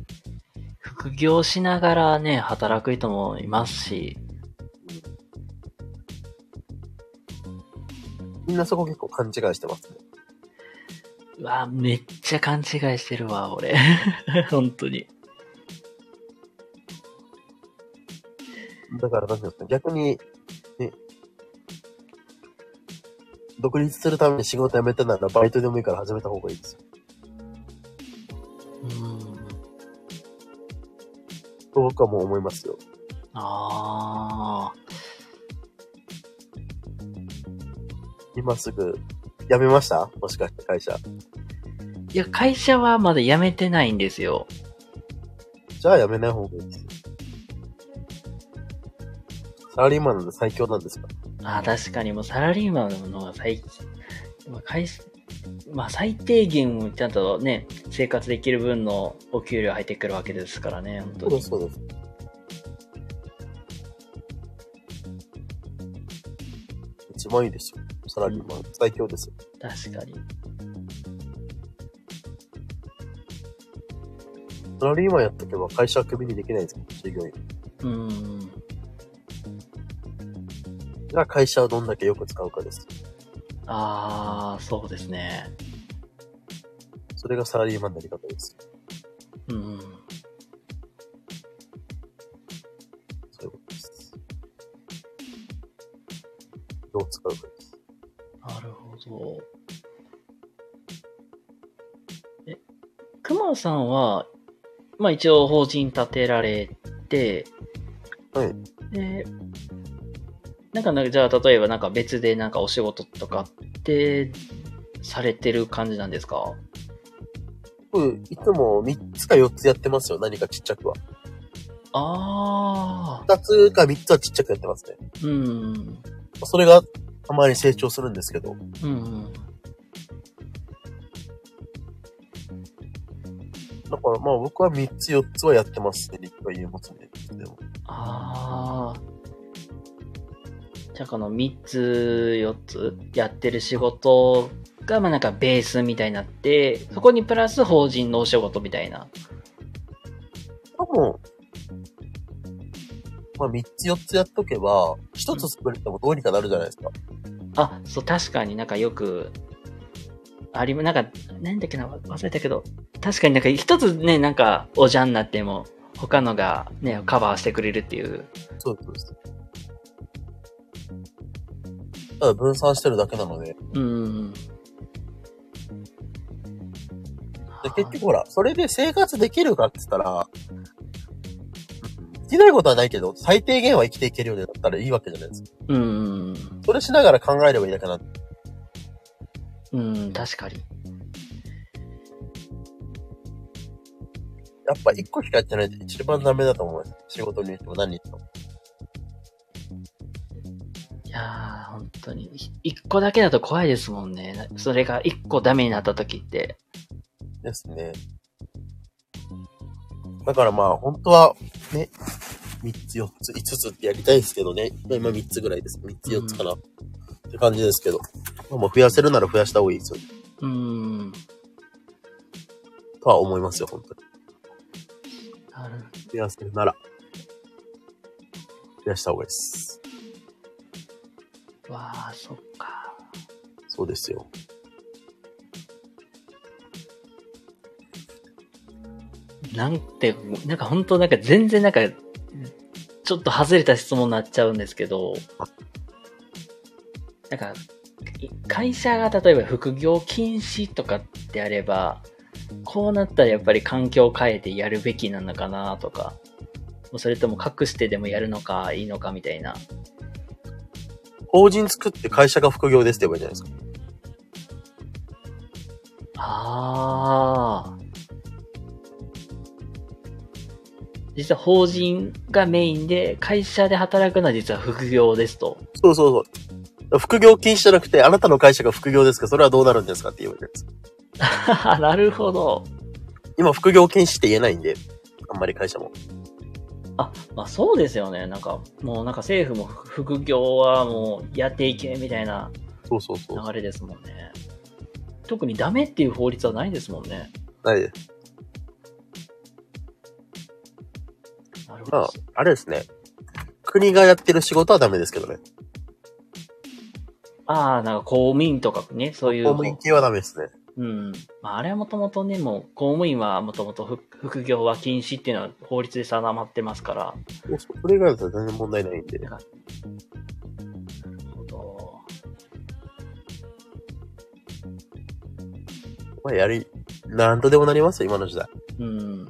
Speaker 1: 副業しながらね、働く人もいますし、
Speaker 2: みんなそこ結構勘違いしてますね。
Speaker 1: うわ、めっちゃ勘違いしてるわ、俺。 本当に。
Speaker 2: だから、なんていうんですか、逆に、ね、独立するために仕事辞めたなら、バイトでもいいから始めた方がいいですよ。
Speaker 1: うん。
Speaker 2: と僕はもう思いますよ。
Speaker 1: ああ。
Speaker 2: 今すぐ、辞めましたもしかして会社。
Speaker 1: いや、会社はまだ辞めてないんですよ。
Speaker 2: じゃあ辞めない方がいいですよ。サラリーマンなんで最強なんですか
Speaker 1: ああ、確かにもうサラリーマンの方が最、まあ、会社、まあ最低限ちゃんとね、生活できる分のお給料入ってくるわけですからね、本当
Speaker 2: そうで
Speaker 1: に。
Speaker 2: す、そうです。一番いいですよ。サラリーマン、最強ですよ。
Speaker 1: 確かに。
Speaker 2: サラリーマンやっとけば会社はクビにできないんですよ、従業員。
Speaker 1: うん。
Speaker 2: じゃあ会社をどんだけよく使うかです。
Speaker 1: ああ、そうですね。
Speaker 2: それがサラリーマンのやり方です。
Speaker 1: うん。
Speaker 2: そういうことです。どう使うかです。
Speaker 1: あなるほど。え、熊さんは、まあ一応法人立てられて、
Speaker 2: はい。
Speaker 1: で、なんかな、じゃあ例えばなんか別でなんかお仕事とかって、されてる感じなんですか
Speaker 2: 僕、いつも3つか4つやってますよ。何かちっちゃくは。
Speaker 1: ああ、
Speaker 2: 2つか3つはちっちゃくやってますね。
Speaker 1: うん、
Speaker 2: それがたまに成長するんですけど。
Speaker 1: うん、うん。
Speaker 2: だからまあ僕は3つ4つはやってますね。立派言えますね。でも
Speaker 1: ああ。じゃあこの3つ、4つやってる仕事が、まあなんかベースみたいになって、そこにプラス法人のお仕事みたいな。
Speaker 2: 多分、まあ3つ4つやっとけば、1つ作れてもどうにかなるじゃないですか。
Speaker 1: あ、そう、確かになんかよく、あり、なんか、なんだっけな、忘れたけど、確かになんか一つね、なんかおじゃんになっても、他のがね、カバーしてくれるっていう。
Speaker 2: そうですそうです。ただ分散してるだけなので。
Speaker 1: うん。
Speaker 2: で結局ほら、それで生活できるかって言ったら、できないことはないけど、最低限は生きていけるようになったらいいわけじゃないですか。
Speaker 1: うん。
Speaker 2: それしながら考えればいいだけなんで。
Speaker 1: うん、確かに。
Speaker 2: やっぱ一個しかやってないと一番ダメだと思います。仕事にしても何にしても。
Speaker 1: いやー、本当に。ひ一個だけだと怖いですもんね。それが一個ダメになった時って。
Speaker 2: ですね。だからまあ、本当は、ね、3つ4つ、5つってやりたいですけどね。まあ今3つぐらいです。3つ4つかな。って感じですけど。まあもう増やせるなら増やした方がいいですよ。
Speaker 1: うーん。
Speaker 2: とは思いますよ、本当に。
Speaker 1: なる
Speaker 2: 増やせるなら。増やした方がいいです。
Speaker 1: わー、そっか。
Speaker 2: そうですよ。
Speaker 1: なんて、なんか本当なんか全然なんか、ちょっと外れた質問になっちゃうんですけど、なんか、い会社が例えば副業禁止とかってあれば、こうなったらやっぱり環境を変えてやるべきなのかなとか、もうそれとも隠してでもやるのかいいのかみたいな。
Speaker 2: 法人作って会社が副業ですって言えばいいじゃないですか。
Speaker 1: ああ。実は法人がメインで、会社で働くのは実は副業ですと。
Speaker 2: そうそうそう。だから副業禁止じゃなくて、あなたの会社が副業ですかそれはどうなるんですかって言えばいいじゃないですか。
Speaker 1: なるほど。
Speaker 2: 今、副業禁止って言えないんで、あんまり会社も。
Speaker 1: あ、まあそうですよね。なんか、もうなんか政府も副業はもうやっていけみたいな
Speaker 2: そうそうそう。
Speaker 1: 流れですもんね。特にダメっていう法律はないですもんね。
Speaker 2: ないです。
Speaker 1: なるほ
Speaker 2: ま
Speaker 1: ど
Speaker 2: あ。、あれですね。国がやってる仕事はダメですけどね。
Speaker 1: ああ、なんか公務員とかね、そういう。
Speaker 2: 公務員系はダメですね。
Speaker 1: うん。まあ、あれはもともとね、もう公務員はもともと副副業は禁止っていうのは法律で定まってますから。
Speaker 2: そうそうそれ以外だと全然問題ないんで。
Speaker 1: なるほど。
Speaker 2: まあ、やり、なんとでもなりますよ、今の時代。
Speaker 1: うん。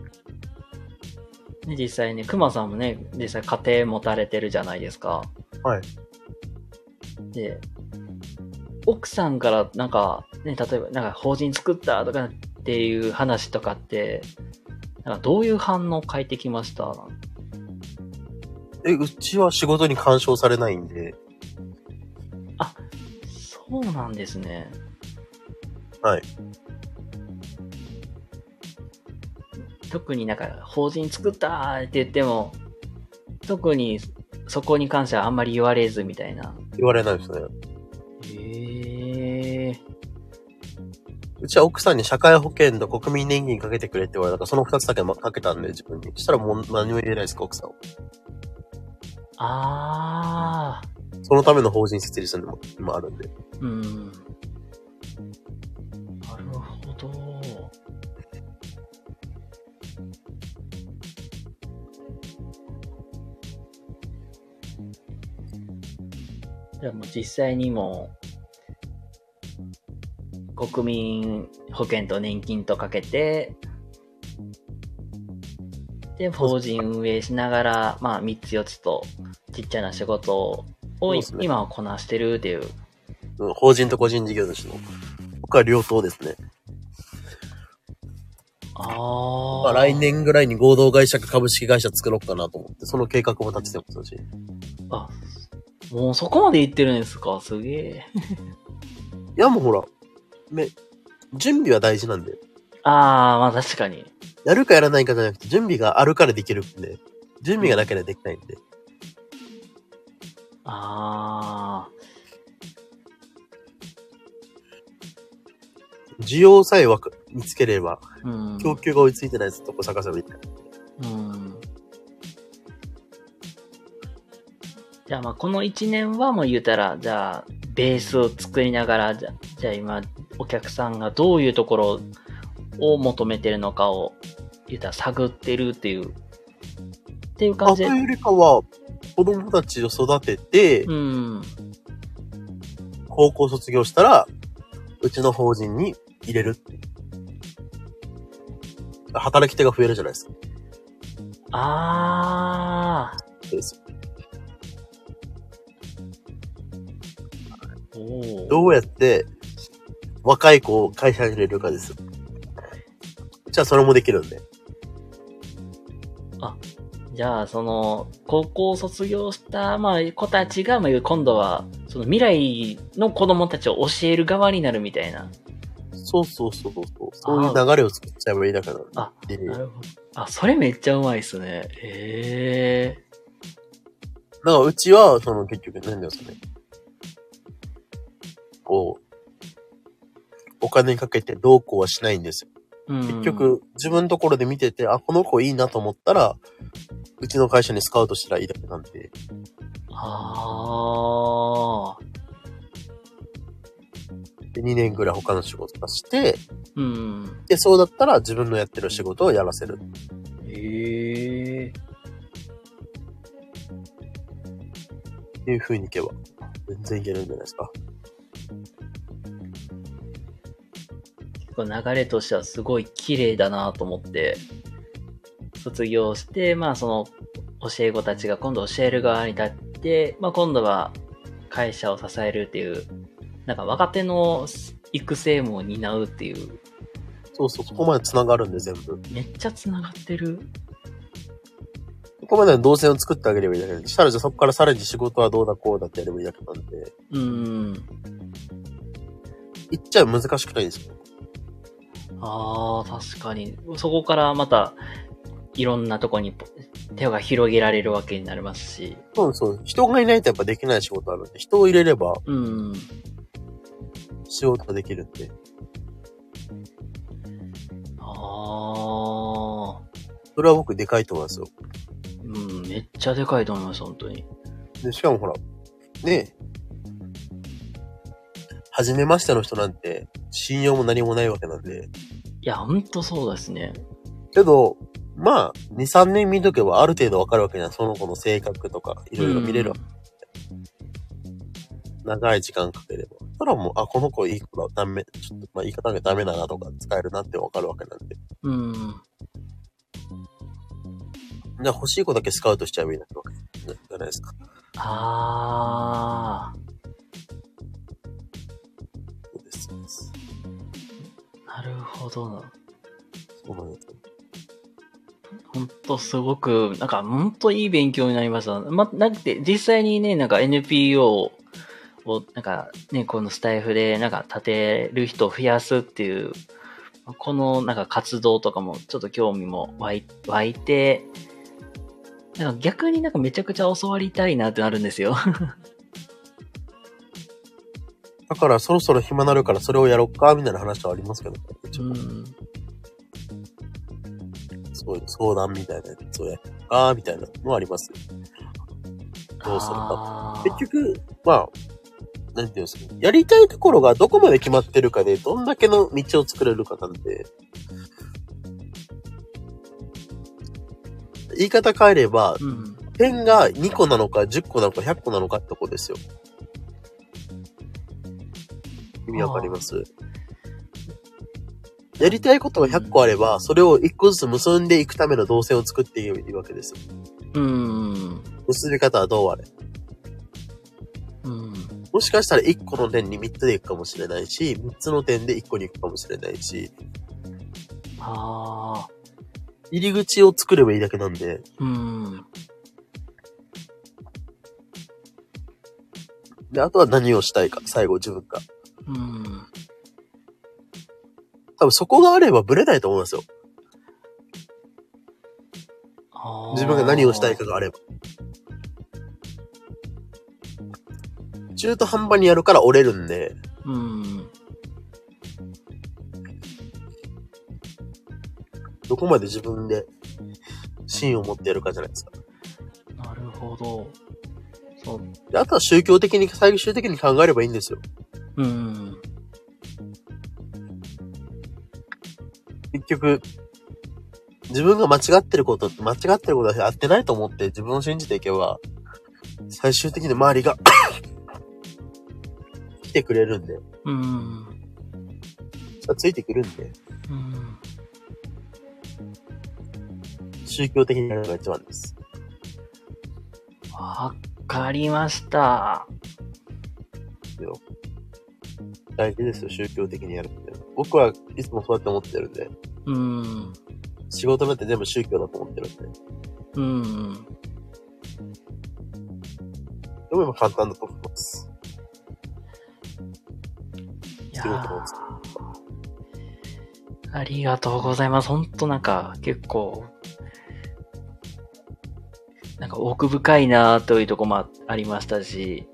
Speaker 1: ね、実際ね、熊さんもね、実際家庭持たれてるじゃないですか。
Speaker 2: はい。
Speaker 1: で、奥さんからなんか、ね、例えばなんか法人作ったとかっていう話とかって、なんかどういう反応を変えてきました
Speaker 2: え、うちは仕事に干渉されないんで、
Speaker 1: そうなんですね。
Speaker 2: はい。
Speaker 1: 特になんか、法人作ったって言っても、特にそこに関してはあんまり言われずみたいな。
Speaker 2: 言われないですね。
Speaker 1: へえ。
Speaker 2: うちは奥さんに社会保険と国民年金かけてくれって言われたから、その二つだけまかけたんで、自分に。したらもう何も言えないですか、奥さんは。
Speaker 1: ああ。
Speaker 2: そのための法人設立のも今あるんで。
Speaker 1: うん。なるほど。じゃあもう実際にもう、国民保険と年金とかけて、で、法人運営しながら、まあ、3つ4つと、ちっちゃな仕事
Speaker 2: そう
Speaker 1: を、
Speaker 2: ですね
Speaker 1: 今はこなしてるっていう。
Speaker 2: うん法人と個人事業主の。僕は両党ですね。
Speaker 1: あ
Speaker 2: まあ、来。年ぐらいに合同会社か株式会社作ろうかなと思って、その計画も立ててますし。い
Speaker 1: あ、もうそこまで行ってるんですか。すげえ。
Speaker 2: や、もうほら、め、準備は大事なんで。
Speaker 1: ああ、まあ確かに。
Speaker 2: やるかやらないかじゃなくて、準備があるからできるんで、準備がなければできないんで。
Speaker 1: あ
Speaker 2: 需要さえわか見つければ、
Speaker 1: あ、うん。
Speaker 2: 供給が追いついてないやつとこ探せばいいんだよ。
Speaker 1: うん。じゃあまあこの1年はもう言うたら、じゃあベースを作りながら、じゃじゃあ今お客さんがどういうところを求めてるのかを言うたら探ってるっていう、っていう
Speaker 2: あ
Speaker 1: 感
Speaker 2: と
Speaker 1: じ
Speaker 2: い
Speaker 1: で。
Speaker 2: うよりかは、子供たちを育てて、
Speaker 1: うん。
Speaker 2: 高校卒業したら、うちの法人に入れるっていう。働き手が増えるじゃないですか。
Speaker 1: ああ。
Speaker 2: です
Speaker 1: おー
Speaker 2: どうやって、若い子を会社に入れるかです。じゃあ、それもできるんで。
Speaker 1: じゃあ、その、高校を卒業した、まあ、子たちが、まあ、今度は、その未来の子供たちを教える側になるみたいな。
Speaker 2: そうそうそうそう。そういう流れを作っちゃえばいいだけなんで。
Speaker 1: あ
Speaker 2: えー
Speaker 1: なるほど。あ、それめっちゃうまいっすね。へえ。
Speaker 2: だからうちは、その結局何ですかね。こう、お金かけてどうこうはしないんですよ。
Speaker 1: うん
Speaker 2: 結、局、自分のところで見てて、あ、この子いいなと思ったら、うちの会社にスカウトしたらいいだけなんで。
Speaker 1: ああ。
Speaker 2: で、2年ぐらい他の仕事とかして、
Speaker 1: うん。
Speaker 2: で、そうだったら自分のやってる仕事をやらせる。
Speaker 1: へえ。
Speaker 2: っていう風にいけば、全然いけるんじゃないですか。
Speaker 1: 結構流れとしてはすごい綺麗だなと思って、卒業して、まあその教え子たちが今度教える側に立って、まあ今度は会社を支えるっていう、なんか若手の育成も担うっていう、
Speaker 2: そうそう、そこまで繋がるんで全部。
Speaker 1: めっちゃ繋がってる。
Speaker 2: そこまでの動線を作ってあげればいいだけで。したらじゃあそこからさらに仕事はどうだこうだってやればいいだけなんで。
Speaker 1: うん。
Speaker 2: 言っちゃ難しくないですよ。
Speaker 1: ああ、確かに。そこからまた、いろんなとこに手が広げられるわけになりますし。
Speaker 2: そうそう。人がいないとやっぱできない仕事あるんで、人を入れれば
Speaker 1: うん。
Speaker 2: 仕事ができるんで、
Speaker 1: ああ。
Speaker 2: それは僕でかいと思いますよ。
Speaker 1: うん、めっちゃでかいと思います、本当に。
Speaker 2: で、しかもほら、ねえ、初めましての人なんて信用も何もないわけなんで、
Speaker 1: いや、ほんとそうですね。
Speaker 2: けど、まあ、2、3年見とけばある程度わかるわけじゃん。その子の性格とか、いろいろ見れるわけ、長い時間かければ。そしたらもう、あ、この子いい子だ、ダメ、ちょっと、まあ言い方がダメだなとか、使えるなってわかるわけなんで。
Speaker 1: うん。うん。
Speaker 2: じゃあ欲しい子だけスカウトしちゃえばいいなってわけじゃないですか。
Speaker 1: あ
Speaker 2: そうです。そうです
Speaker 1: ー、なるほどな。
Speaker 2: そうなんですよ。
Speaker 1: ほんとすごく、なんか、ほんといい勉強になりました。ま、だって、実際にね、なんか NPO を、なんか、ね、このスタイフで、なんか、立てる人を増やすっていう、この、なんか、活動とかも、ちょっと興味も湧い湧いて、なんか逆になんかめちゃくちゃ教わりたいなってなるんですよ。
Speaker 2: だからそろそろ暇なるからそれをやろっか、みたいな話はありますけど、ね、
Speaker 1: う
Speaker 2: 一応
Speaker 1: ん。
Speaker 2: そういう相談みたいなやつをやろっか、みたいなのはあります。どうするか。
Speaker 1: あー
Speaker 2: 結局、まあ、なんていうんですか、やりたいところがどこまで決まってるかで、どんだけの道を作れるかなんで、言い方変えれば、
Speaker 1: うん。
Speaker 2: 点が2個なのか10個なのか100個なのかってことですよ。意味わかります。やりたいことが100個あれば、それを1個ずつ結んでいくための動線を作っているわけですよ。
Speaker 1: うん。
Speaker 2: 結び方はどうあれ。
Speaker 1: うん。
Speaker 2: もしかしたら1個の点に3つでいくかもしれないし、3つの点で1個に行くかもしれないし、
Speaker 1: ああ。
Speaker 2: 入り口を作ればいいだけなんで、
Speaker 1: うん。
Speaker 2: で、あとは何をしたいか、最後自分が。
Speaker 1: うん。
Speaker 2: 多分そこがあればブレないと思うんですよ。
Speaker 1: あー
Speaker 2: 自分が何をしたいかがあれば。中途半端にやるから折れるんで、
Speaker 1: うん。
Speaker 2: どこまで自分で芯を持ってやるかじゃないですか。
Speaker 1: なるほど。そう。
Speaker 2: であとは宗教的に、最終的に考えればいいんですよ。
Speaker 1: うん。
Speaker 2: 結局、自分が間違ってること、間違ってることは合ってないと思って自分を信じていけば、最終的に周りが 来てくれるんで、
Speaker 1: うん。
Speaker 2: ついてくるんで、
Speaker 1: うん。
Speaker 2: 宗教的になるのが一番です。
Speaker 1: わかりました。
Speaker 2: 大事ですよ、宗教的にやるって。僕はいつもそうやって思ってるんで、
Speaker 1: うん。
Speaker 2: 仕事なんて全部宗教だと思ってるんで。
Speaker 1: うん。
Speaker 2: でも今簡単だと思います。
Speaker 1: いや
Speaker 2: そうだと思うんで
Speaker 1: ーありがとうございます。ほんとなんか結構、なんか奥深いなというとこもあありましたし、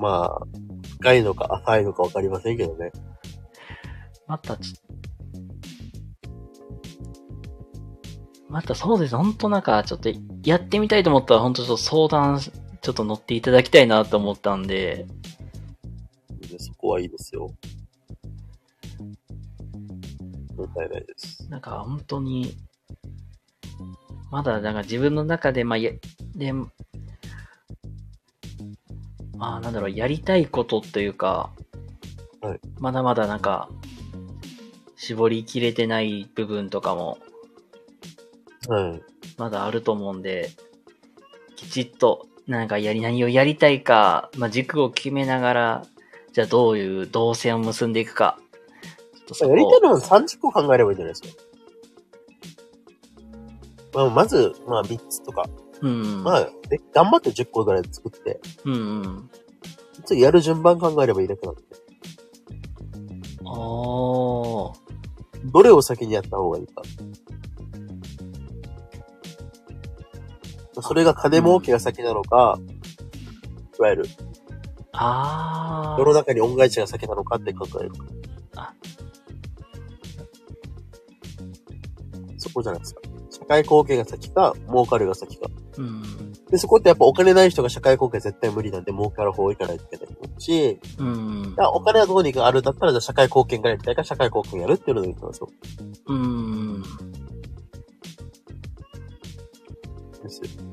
Speaker 2: まあ、深いのか浅いのかわかりませんけどね。
Speaker 1: またち、またそうです。ほんとなんかちょっとやってみたいと思ったらほんとちょっと相談し、ちょっと乗っていただきたいなと思ったんで、
Speaker 2: でそこはいいですよ。問題ないです。
Speaker 1: なんか本当に、まだなんか自分の中で、まあ、や、で、まあ、なんだろう、やりたいことというか、
Speaker 2: はい
Speaker 1: まだまだなんか、絞りきれてない部分とかも、
Speaker 2: はい。
Speaker 1: まだあると思うんで、きちっと、なんかやり、何をやりたいか、まあ、軸を決めながら、じゃあどういう動線を結んでいくか、ちょっとそこ
Speaker 2: やりたいのは30個考えればいいんじゃないですか。まあ、まず、まあ、3つとか。
Speaker 1: うん。
Speaker 2: まあ、で頑張って10個ぐらい作って、
Speaker 1: うんうん。
Speaker 2: 次やる順番考えればいいだけなんで。
Speaker 1: おー。
Speaker 2: どれを先にやった方がいいか。それが金儲けが先なのか、いわゆる
Speaker 1: あ
Speaker 2: 世の中に恩返しが先なのかって考えるか
Speaker 1: あ。
Speaker 2: そこじゃないですか。社会貢献が先か、儲かるが先か。
Speaker 1: ー。うん。
Speaker 2: で、そこってやっぱお金ない人が社会貢献絶対無理なんで、儲かる方行かないといけないし、
Speaker 1: うん
Speaker 2: だか。らお金はどうにかあるんだったら、じゃあ社会貢献からやりたいから社会貢献やるっていうのがいいと思うんですよ。
Speaker 1: うん。
Speaker 2: ですよ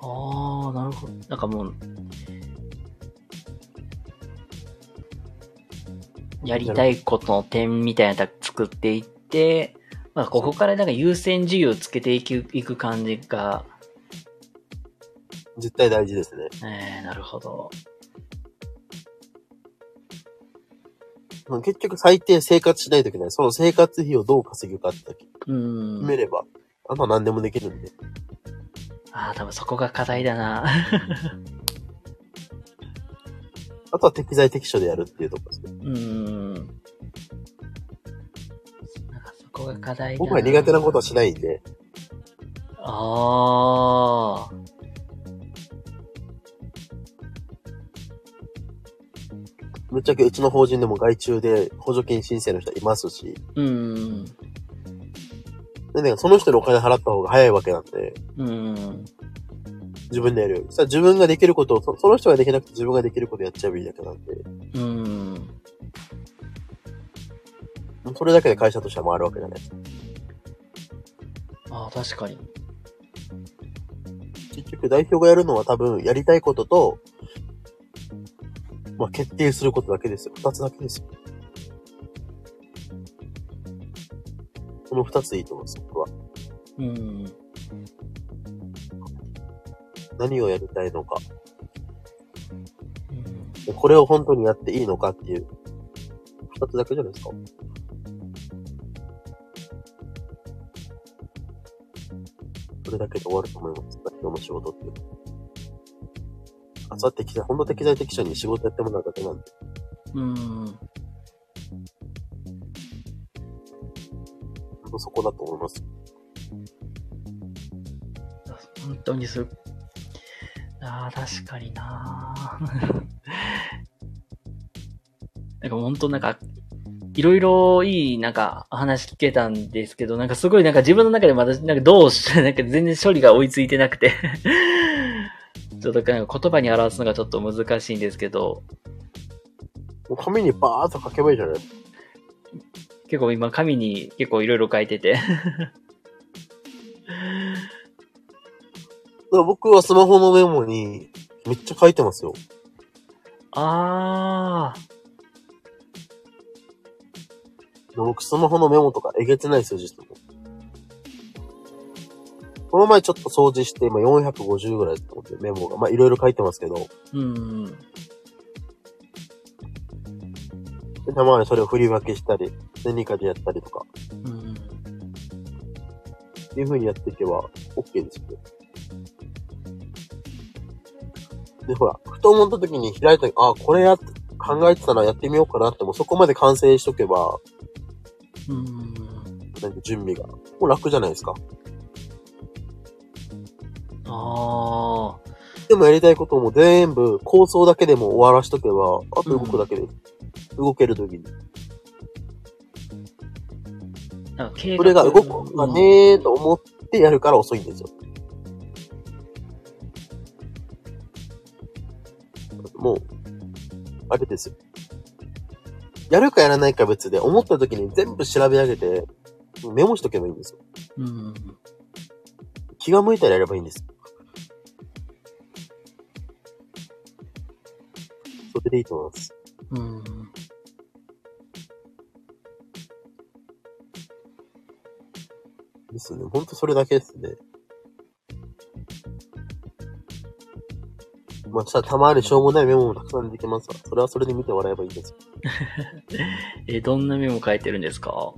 Speaker 1: ああ、なるほど。なんかもう、やりたいことの点みたいなのだ作っていって、まあ、ここからなんか優先事由をつけていくいく感じが、
Speaker 2: 絶対大事ですね。
Speaker 1: えー、なるほど。
Speaker 2: 結局最低生活しないといけない。その生活費をどう稼ぐかって
Speaker 1: うん
Speaker 2: 決。めれば、あとは何でもできるんで。
Speaker 1: ああ、多分そこが課題だな。
Speaker 2: あとは適材適所でやるっていうところですね。
Speaker 1: うん。なんかそこが課題だな。
Speaker 2: 僕は苦手なことはしないんで、
Speaker 1: ああ。
Speaker 2: ぶっちゃけうちの法人でも外注で補助金申請の人いますし、
Speaker 1: うん。
Speaker 2: でね、その人にお金払った方が早いわけなんで、
Speaker 1: うん。
Speaker 2: 自分でやるより。さあ自分ができることをそ、その人ができなくて自分ができることやっちゃえばいいだけなんで、
Speaker 1: うん。
Speaker 2: もうそれだけで会社としては回るわけじゃないですか。
Speaker 1: ああ、確かに。
Speaker 2: 結局代表がやるのは多分やりたいことと、まあ、決定することだけですよ。二つだけですよ。この二つでいいと思います、僕は。
Speaker 1: うん。
Speaker 2: 何をやりたいのか。
Speaker 1: うん
Speaker 2: これを本当にやっていいのかっていう。二つだけじゃないですか。それだけで終わると思います。今日の仕事って。あさって、本当適材適所に仕事やってもらうだけなんで。
Speaker 1: うん。
Speaker 2: 本当そこだと思います。
Speaker 1: 本当にする。ああ、確かにな なんか本当なんか、いろいろいいなんか話聞けたんですけど、なんかすごいなんか自分の中でまだなんかどうし、なんか全然処理が追いついてなくて。 ちょっとなんか言葉に表すのがちょっと難しいんですけど、
Speaker 2: もう紙にバーッと書けばいいじゃないですか。
Speaker 1: 結構今紙に結構いろいろ書いてて。
Speaker 2: だから僕はスマホのメモにめっちゃ書いてますよ。
Speaker 1: あ
Speaker 2: 僕、スマホのメモとかえげつない数字と思う。この前ちょっと掃除して、今450ぐらいだと思って、メモが。まあ、いろいろ書いてますけど、
Speaker 1: あ、うん。
Speaker 2: でたまにそれを振り分けしたり、何かでやったりとか、
Speaker 1: うん
Speaker 2: っていう風にやっていけば、OK ですよね。で、ほら、ふと思った時に開いた時あ、これやっ、考えてたらやってみようかなって、もうそこまで完成しとけば、
Speaker 1: うん。
Speaker 2: なんか準備が、もう楽じゃないですか。
Speaker 1: ああ。
Speaker 2: でもやりたいことをもう全部構想だけでも終わらしとけば、あと動くだけで、動けるときに。
Speaker 1: なんか計画
Speaker 2: それが動くかねーと思ってやるから遅いんですよ。もう、あれですよ。やるかやらないか別で、思ったときに全部調べ上げて、メモしとけばいいんですよ。
Speaker 1: うん。
Speaker 2: 気が向いたらやればいいんです。それでいいと思います。
Speaker 1: うん。
Speaker 2: ですね。ほんとそれだけですね。まあ、したたまにしょうもないメモもたくさんできますわ。それはそれで見て笑えばいいんですよ。
Speaker 1: え、どんなメモ書いてるんですか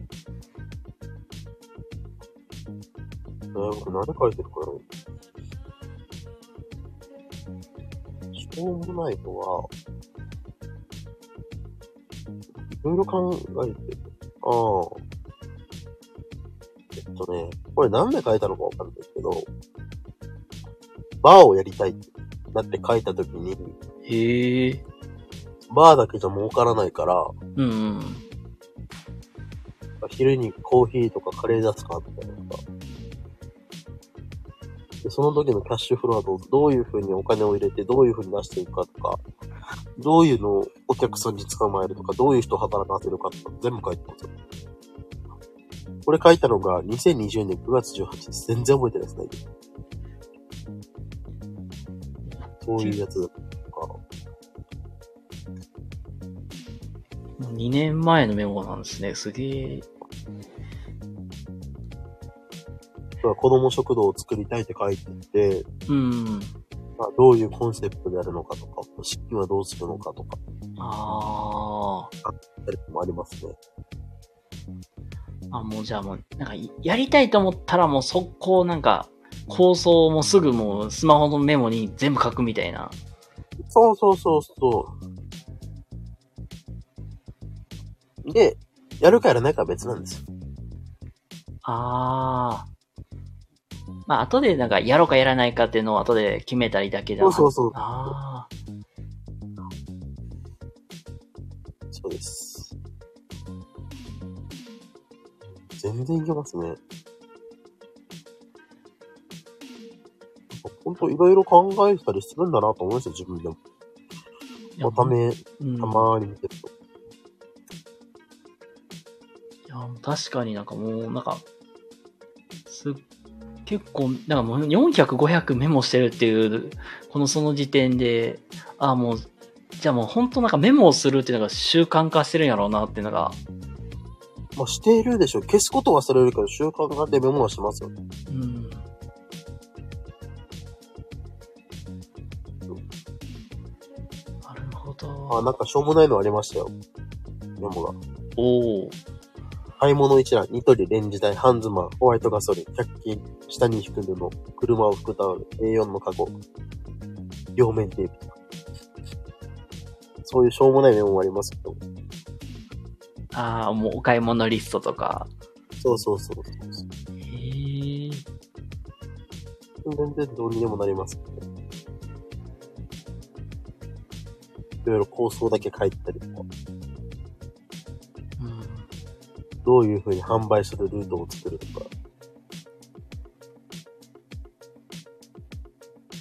Speaker 2: えー、僕何書いてるかなしょうもないのは、いろいろ考えてる。ああ。えっとね、これ何で書いたのかわかんないけど、バーをやりたいってなって書いたときに、
Speaker 1: へえ。
Speaker 2: バーだけじゃ儲からないから、
Speaker 1: うんうん。
Speaker 2: 昼にコーヒーとかカレー出すかみたいなのがでその時のキャッシュフローはどうどういう風にお金を入れて、どういう風に出していくかとか、どういうのをお客さんに捕まえるとか、どういう人を働かせるかとか、全部書いてますよ。これ書いたのが2020年9月18日、全然覚えてないですね。そういうやつとか。
Speaker 1: 2年前のメモなんですね。すげえ。
Speaker 2: だから子供食堂を作りたいって書いてて、
Speaker 1: うん。
Speaker 2: まあ、どういうコンセプトでやるのかとか、資金はどうするのかとか、
Speaker 1: ああ。
Speaker 2: やるのもありますね。
Speaker 1: あ、もうじゃあもう、なんかい、やりたいと思ったらもう速攻なんか、構想もすぐもうスマホのメモに全部書くみたいな。
Speaker 2: そうそうそうそう。で、やるかやらないかは別なんですよ。
Speaker 1: ああ。まあ、後でなんか、やろうかやらないかっていうのを後で決めたりだけだ
Speaker 2: そうそうそう。
Speaker 1: ああ。
Speaker 2: そうです。全然いけますね。ほんといろいろ考えたりするんだなと思うんですよ、自分でも。
Speaker 1: いや
Speaker 2: おため、た
Speaker 1: うん
Speaker 2: まーに見てると。
Speaker 1: いや、確かになんかもう、なんか、す、結構、なんかもう400、500メモしてるっていう、このその時点で、ああ、もう、じゃあもう本当なんかメモをするっていうのが習慣化してるんやろうなっていうのが、
Speaker 2: まあ、しているでしょ。消すことはそれよりか習慣化でメモはしますよ。
Speaker 1: うん。なるほ
Speaker 2: あ、
Speaker 1: ど。
Speaker 2: なんかしょうもないのありましたよ。メモが。
Speaker 1: おお。
Speaker 2: 買い物一覧、ニトリ、レンジ台、ハンズマン、ホワイトガソリン、100均、下に引く布、車を拭くタオル、A4 のカゴ、両面テープ。そういうしょうもないメモもありますけど。
Speaker 1: ああ、もうお買い物リストとか。
Speaker 2: そうそうそうそう。
Speaker 1: へえ。
Speaker 2: 全然どうにでもなりますけど。いろいろ構想だけ書いたりとか、
Speaker 1: うん。
Speaker 2: どういう風に販売するルートを作るとか。や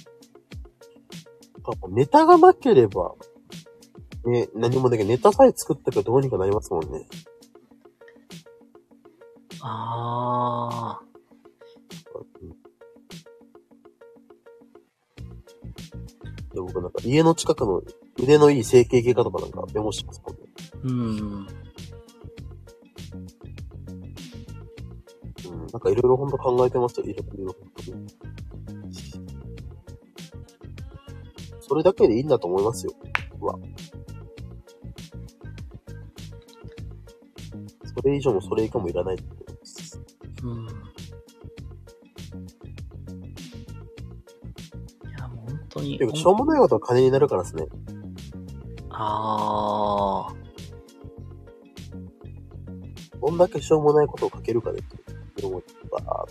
Speaker 2: っぱネタがなければ、ね、何もできない。ネタさえ作ったらどうにかなりますもんね。
Speaker 1: ああ。
Speaker 2: で、僕なんか家の近くの腕のいい整形外科とかなんかメモしますもんね。
Speaker 1: うん。
Speaker 2: うん、なんかいろいろ本当考えてますよ、いろいろ本当に。それだけでいいんだと思いますよ。僕は。それ以上もそれ以下もいらないって思います。
Speaker 1: うん。いや、もう本当に
Speaker 2: て。いうか、しょうもないことは金になるからですね。
Speaker 1: ああ。
Speaker 2: どんだけしょうもないことを書けるかでっていうのをバーッと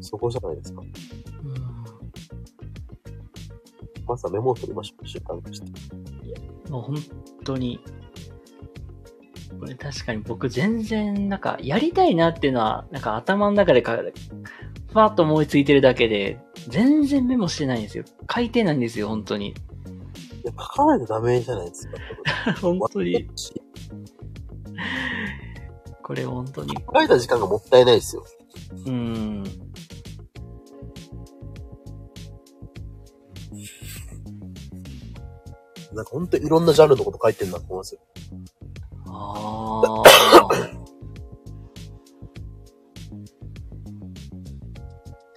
Speaker 2: そこじゃないですか。
Speaker 1: うん。
Speaker 2: まずはメモを取りましょう。習慣として。
Speaker 1: もう本当に。これ確かに僕全然、なんか、やりたいなっていうのは、なんか頭の中でか、ふわっと思いついてるだけで、全然メモしてないんですよ。書いてないんですよ、本当に。
Speaker 2: いや、書かないとダメじゃないですか。
Speaker 1: 本当に。
Speaker 2: 私
Speaker 1: これ本当に。
Speaker 2: 考えた時間がもったいないですよ。
Speaker 1: うん。
Speaker 2: なんか本当にいろんなジャンルのこと書いてるなと思いますよ。
Speaker 1: ああ。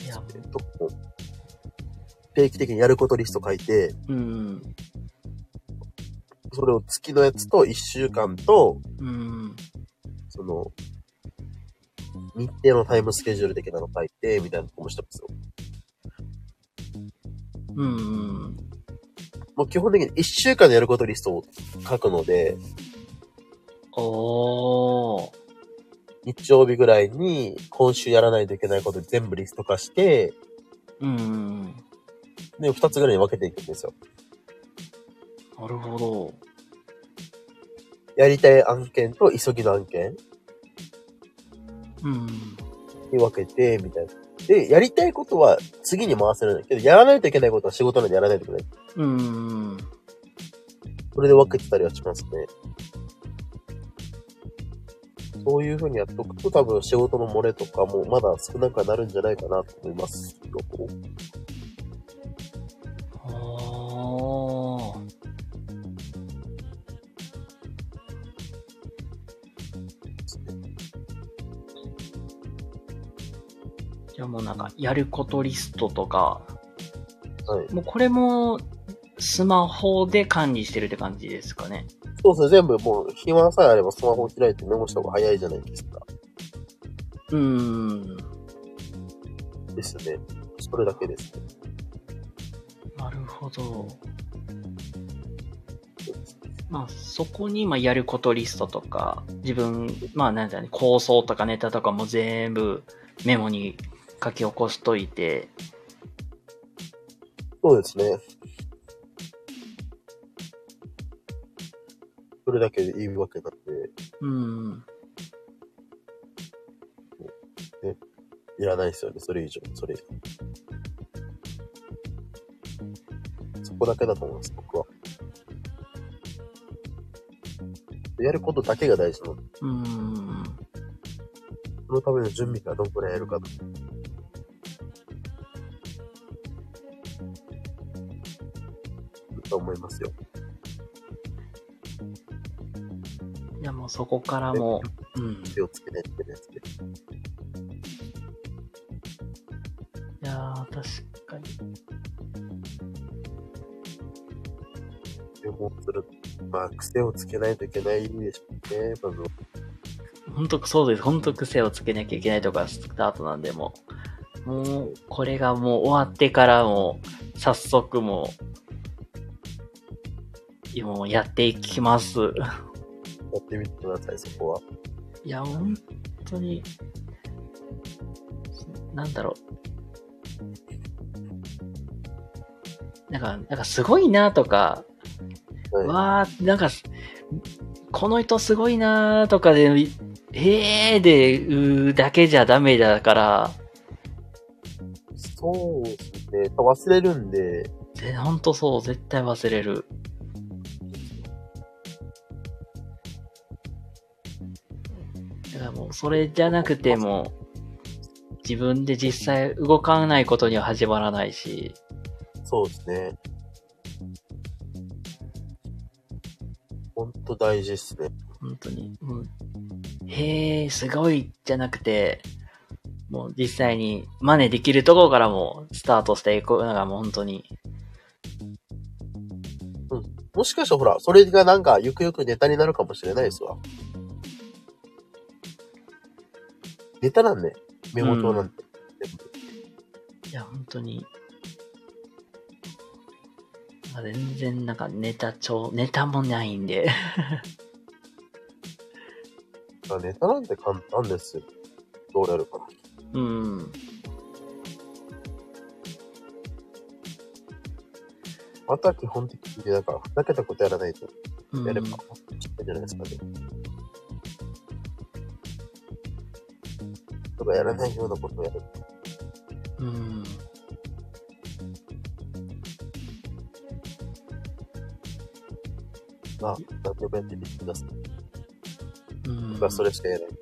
Speaker 1: いや、
Speaker 2: とこう定期的にやることリスト書いて、
Speaker 1: うん。
Speaker 2: それを月のやつと1週間と、
Speaker 1: うん。
Speaker 2: その、日程のタイムスケジュール的なの書いて、みたいなこともしてますよ。
Speaker 1: うん。うん。
Speaker 2: もう基本的に1週間でやることリストを書くので、
Speaker 1: おー。
Speaker 2: 日曜日ぐらいに今週やらないといけないこと全部リスト化して、
Speaker 1: うん。
Speaker 2: で、2つぐらいに分けていくんですよ。
Speaker 1: なるほど。
Speaker 2: やりたい案件と急ぎの案件
Speaker 1: うん。
Speaker 2: に分けて、みたいな。で、やりたいことは次に回せるんだけど、やらないといけないことは仕事なんでやらないといけない。
Speaker 1: うん。
Speaker 2: それで分けてたりはしますね。そういう風にやっておくと多分仕事の漏れとかもまだ少なくはなるんじゃないかなと思います。
Speaker 1: おー。じゃあもうなんか、やることリストとか、
Speaker 2: はい。
Speaker 1: もうこれも、スマホで管理してるって感じですかね。
Speaker 2: そうですね、全部もう暇さえあればスマホを開いてメモした方が早いじゃないですか。
Speaker 1: うん。
Speaker 2: ですね。それだけですね。
Speaker 1: なるほど。まあ、そこに、まあ、やることリストとか、自分、まあ、なんだね、構想とかネタとかも全部メモに書き起こしといて、
Speaker 2: そうですね。それだけでいいわけなんで、
Speaker 1: うん。
Speaker 2: いらないですよね。それ以上、それ以上。そこだけだと思います、僕は。やることだけが大事なの。
Speaker 1: うん。
Speaker 2: そのための準備がどんくらいやるかと。と思いますよ。
Speaker 1: いや、もうそこからもう、うん。い
Speaker 2: 気をつけてってですけど。
Speaker 1: やー、確かに。
Speaker 2: 注文する。まあ、癖をつけないといけないでしょうね。まずは
Speaker 1: 本当そうです。本当癖をつけなきゃいけないとかスタートなんでもう、もう、これがもう終わってからもう、早速もう、もうやっていきます。
Speaker 2: やってみてください、そこは。
Speaker 1: いや、本当に、なんだろう。なんか、なんかすごいなとか、
Speaker 2: はい
Speaker 1: わー、なんか、この人すごいなーとかで、いへーで、うーだけじゃダメだから、
Speaker 2: そうですね。忘れるんで、
Speaker 1: ぜほんとそう、絶対忘れる。だからもう、それじゃなくても、自分で実際動かないことには始まらないし、
Speaker 2: そうですね。ほんと大事ですね。
Speaker 1: 本当に、うん、へえ、すごいじゃなくて、もう実際に真似できるところからもうスタートしていくのがもう本当に、
Speaker 2: もしかしたらほら、それがなんか、ゆくゆくネタになるかもしれないですわ。ネタなんで、メモ帳なんで。
Speaker 1: いや、本当に、なんか全然なんかネタ帳、ネタもないんで、
Speaker 2: まあネタなんて簡単ですよ。 どうなるかな。
Speaker 1: うん、
Speaker 2: また基本的に、なんか、ふざけたことやらないと、
Speaker 1: うん
Speaker 2: やれば、知ってんじゃないですかね。とかやらないようなことをやる。
Speaker 1: うん。
Speaker 2: まあ、何でもやってみてください。
Speaker 1: うん
Speaker 2: まあ、それしかやらない。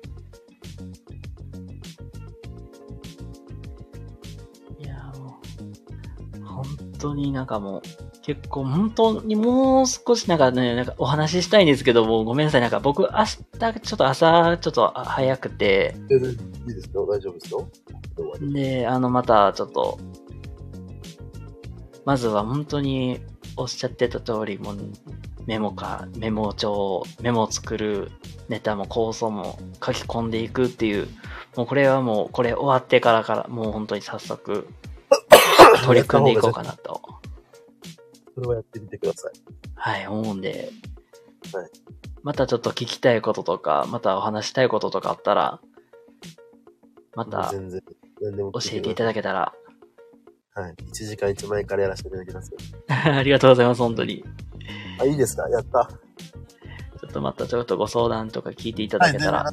Speaker 1: いやもう、本当になんかもう、結構本当にもう少しなんかね、なんかお話ししたいんですけども、ごめんなさい、なんか僕明日、ちょっと朝、ちょっと早くて、
Speaker 2: 全然いいですよ。大丈夫ですよ。で終わり
Speaker 1: で、あの、またちょっと、まずは本当におっしゃってた通り、もうメモか、メモ帳、メモを作る、ネタも構想も書き込んでいくっていう、もうこれはもう、これ終わってからから、もう本当に早速、 取り組んでいこうかなと。
Speaker 2: それはやってみてください。
Speaker 1: はい、思うんで、
Speaker 2: はい
Speaker 1: またちょっと聞きたいこととか、またお話したいこととかあったら、また
Speaker 2: 全然、何でも
Speaker 1: 教えていた
Speaker 2: だ
Speaker 1: だけたら、
Speaker 2: はい。1時間1万円からやらせていただきます。
Speaker 1: ありがとうございます、本当に。
Speaker 2: あ、いいですかやった。
Speaker 1: ちょっとまたちょっとご相談とか聞いていただけたら
Speaker 2: は、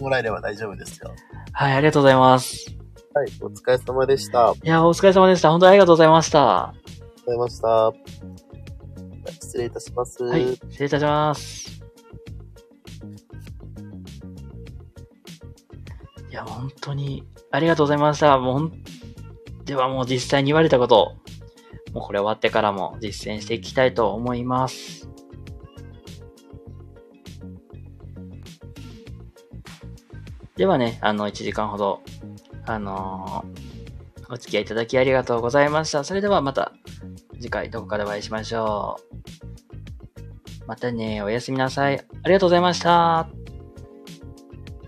Speaker 2: もらえれば大丈夫ですよ。
Speaker 1: はい、ありがとうございます。
Speaker 2: はい。お疲れ様でした。あり
Speaker 1: いや、お疲れ様でした。本当にありがとうございました。
Speaker 2: がとうございました。失礼いたします。
Speaker 1: はい、失礼いたします。いや、本当に、ありがとうございました。もうほん、ではもう実際に言われたことを、もうこれ終わってからも実践していきたいと思います。ではね、あの、1時間ほど、あのーお付き合いいただきありがとうございました。それではまた次回どこかでお会いしましょう。またね、おやすみなさい。ありがとうございました。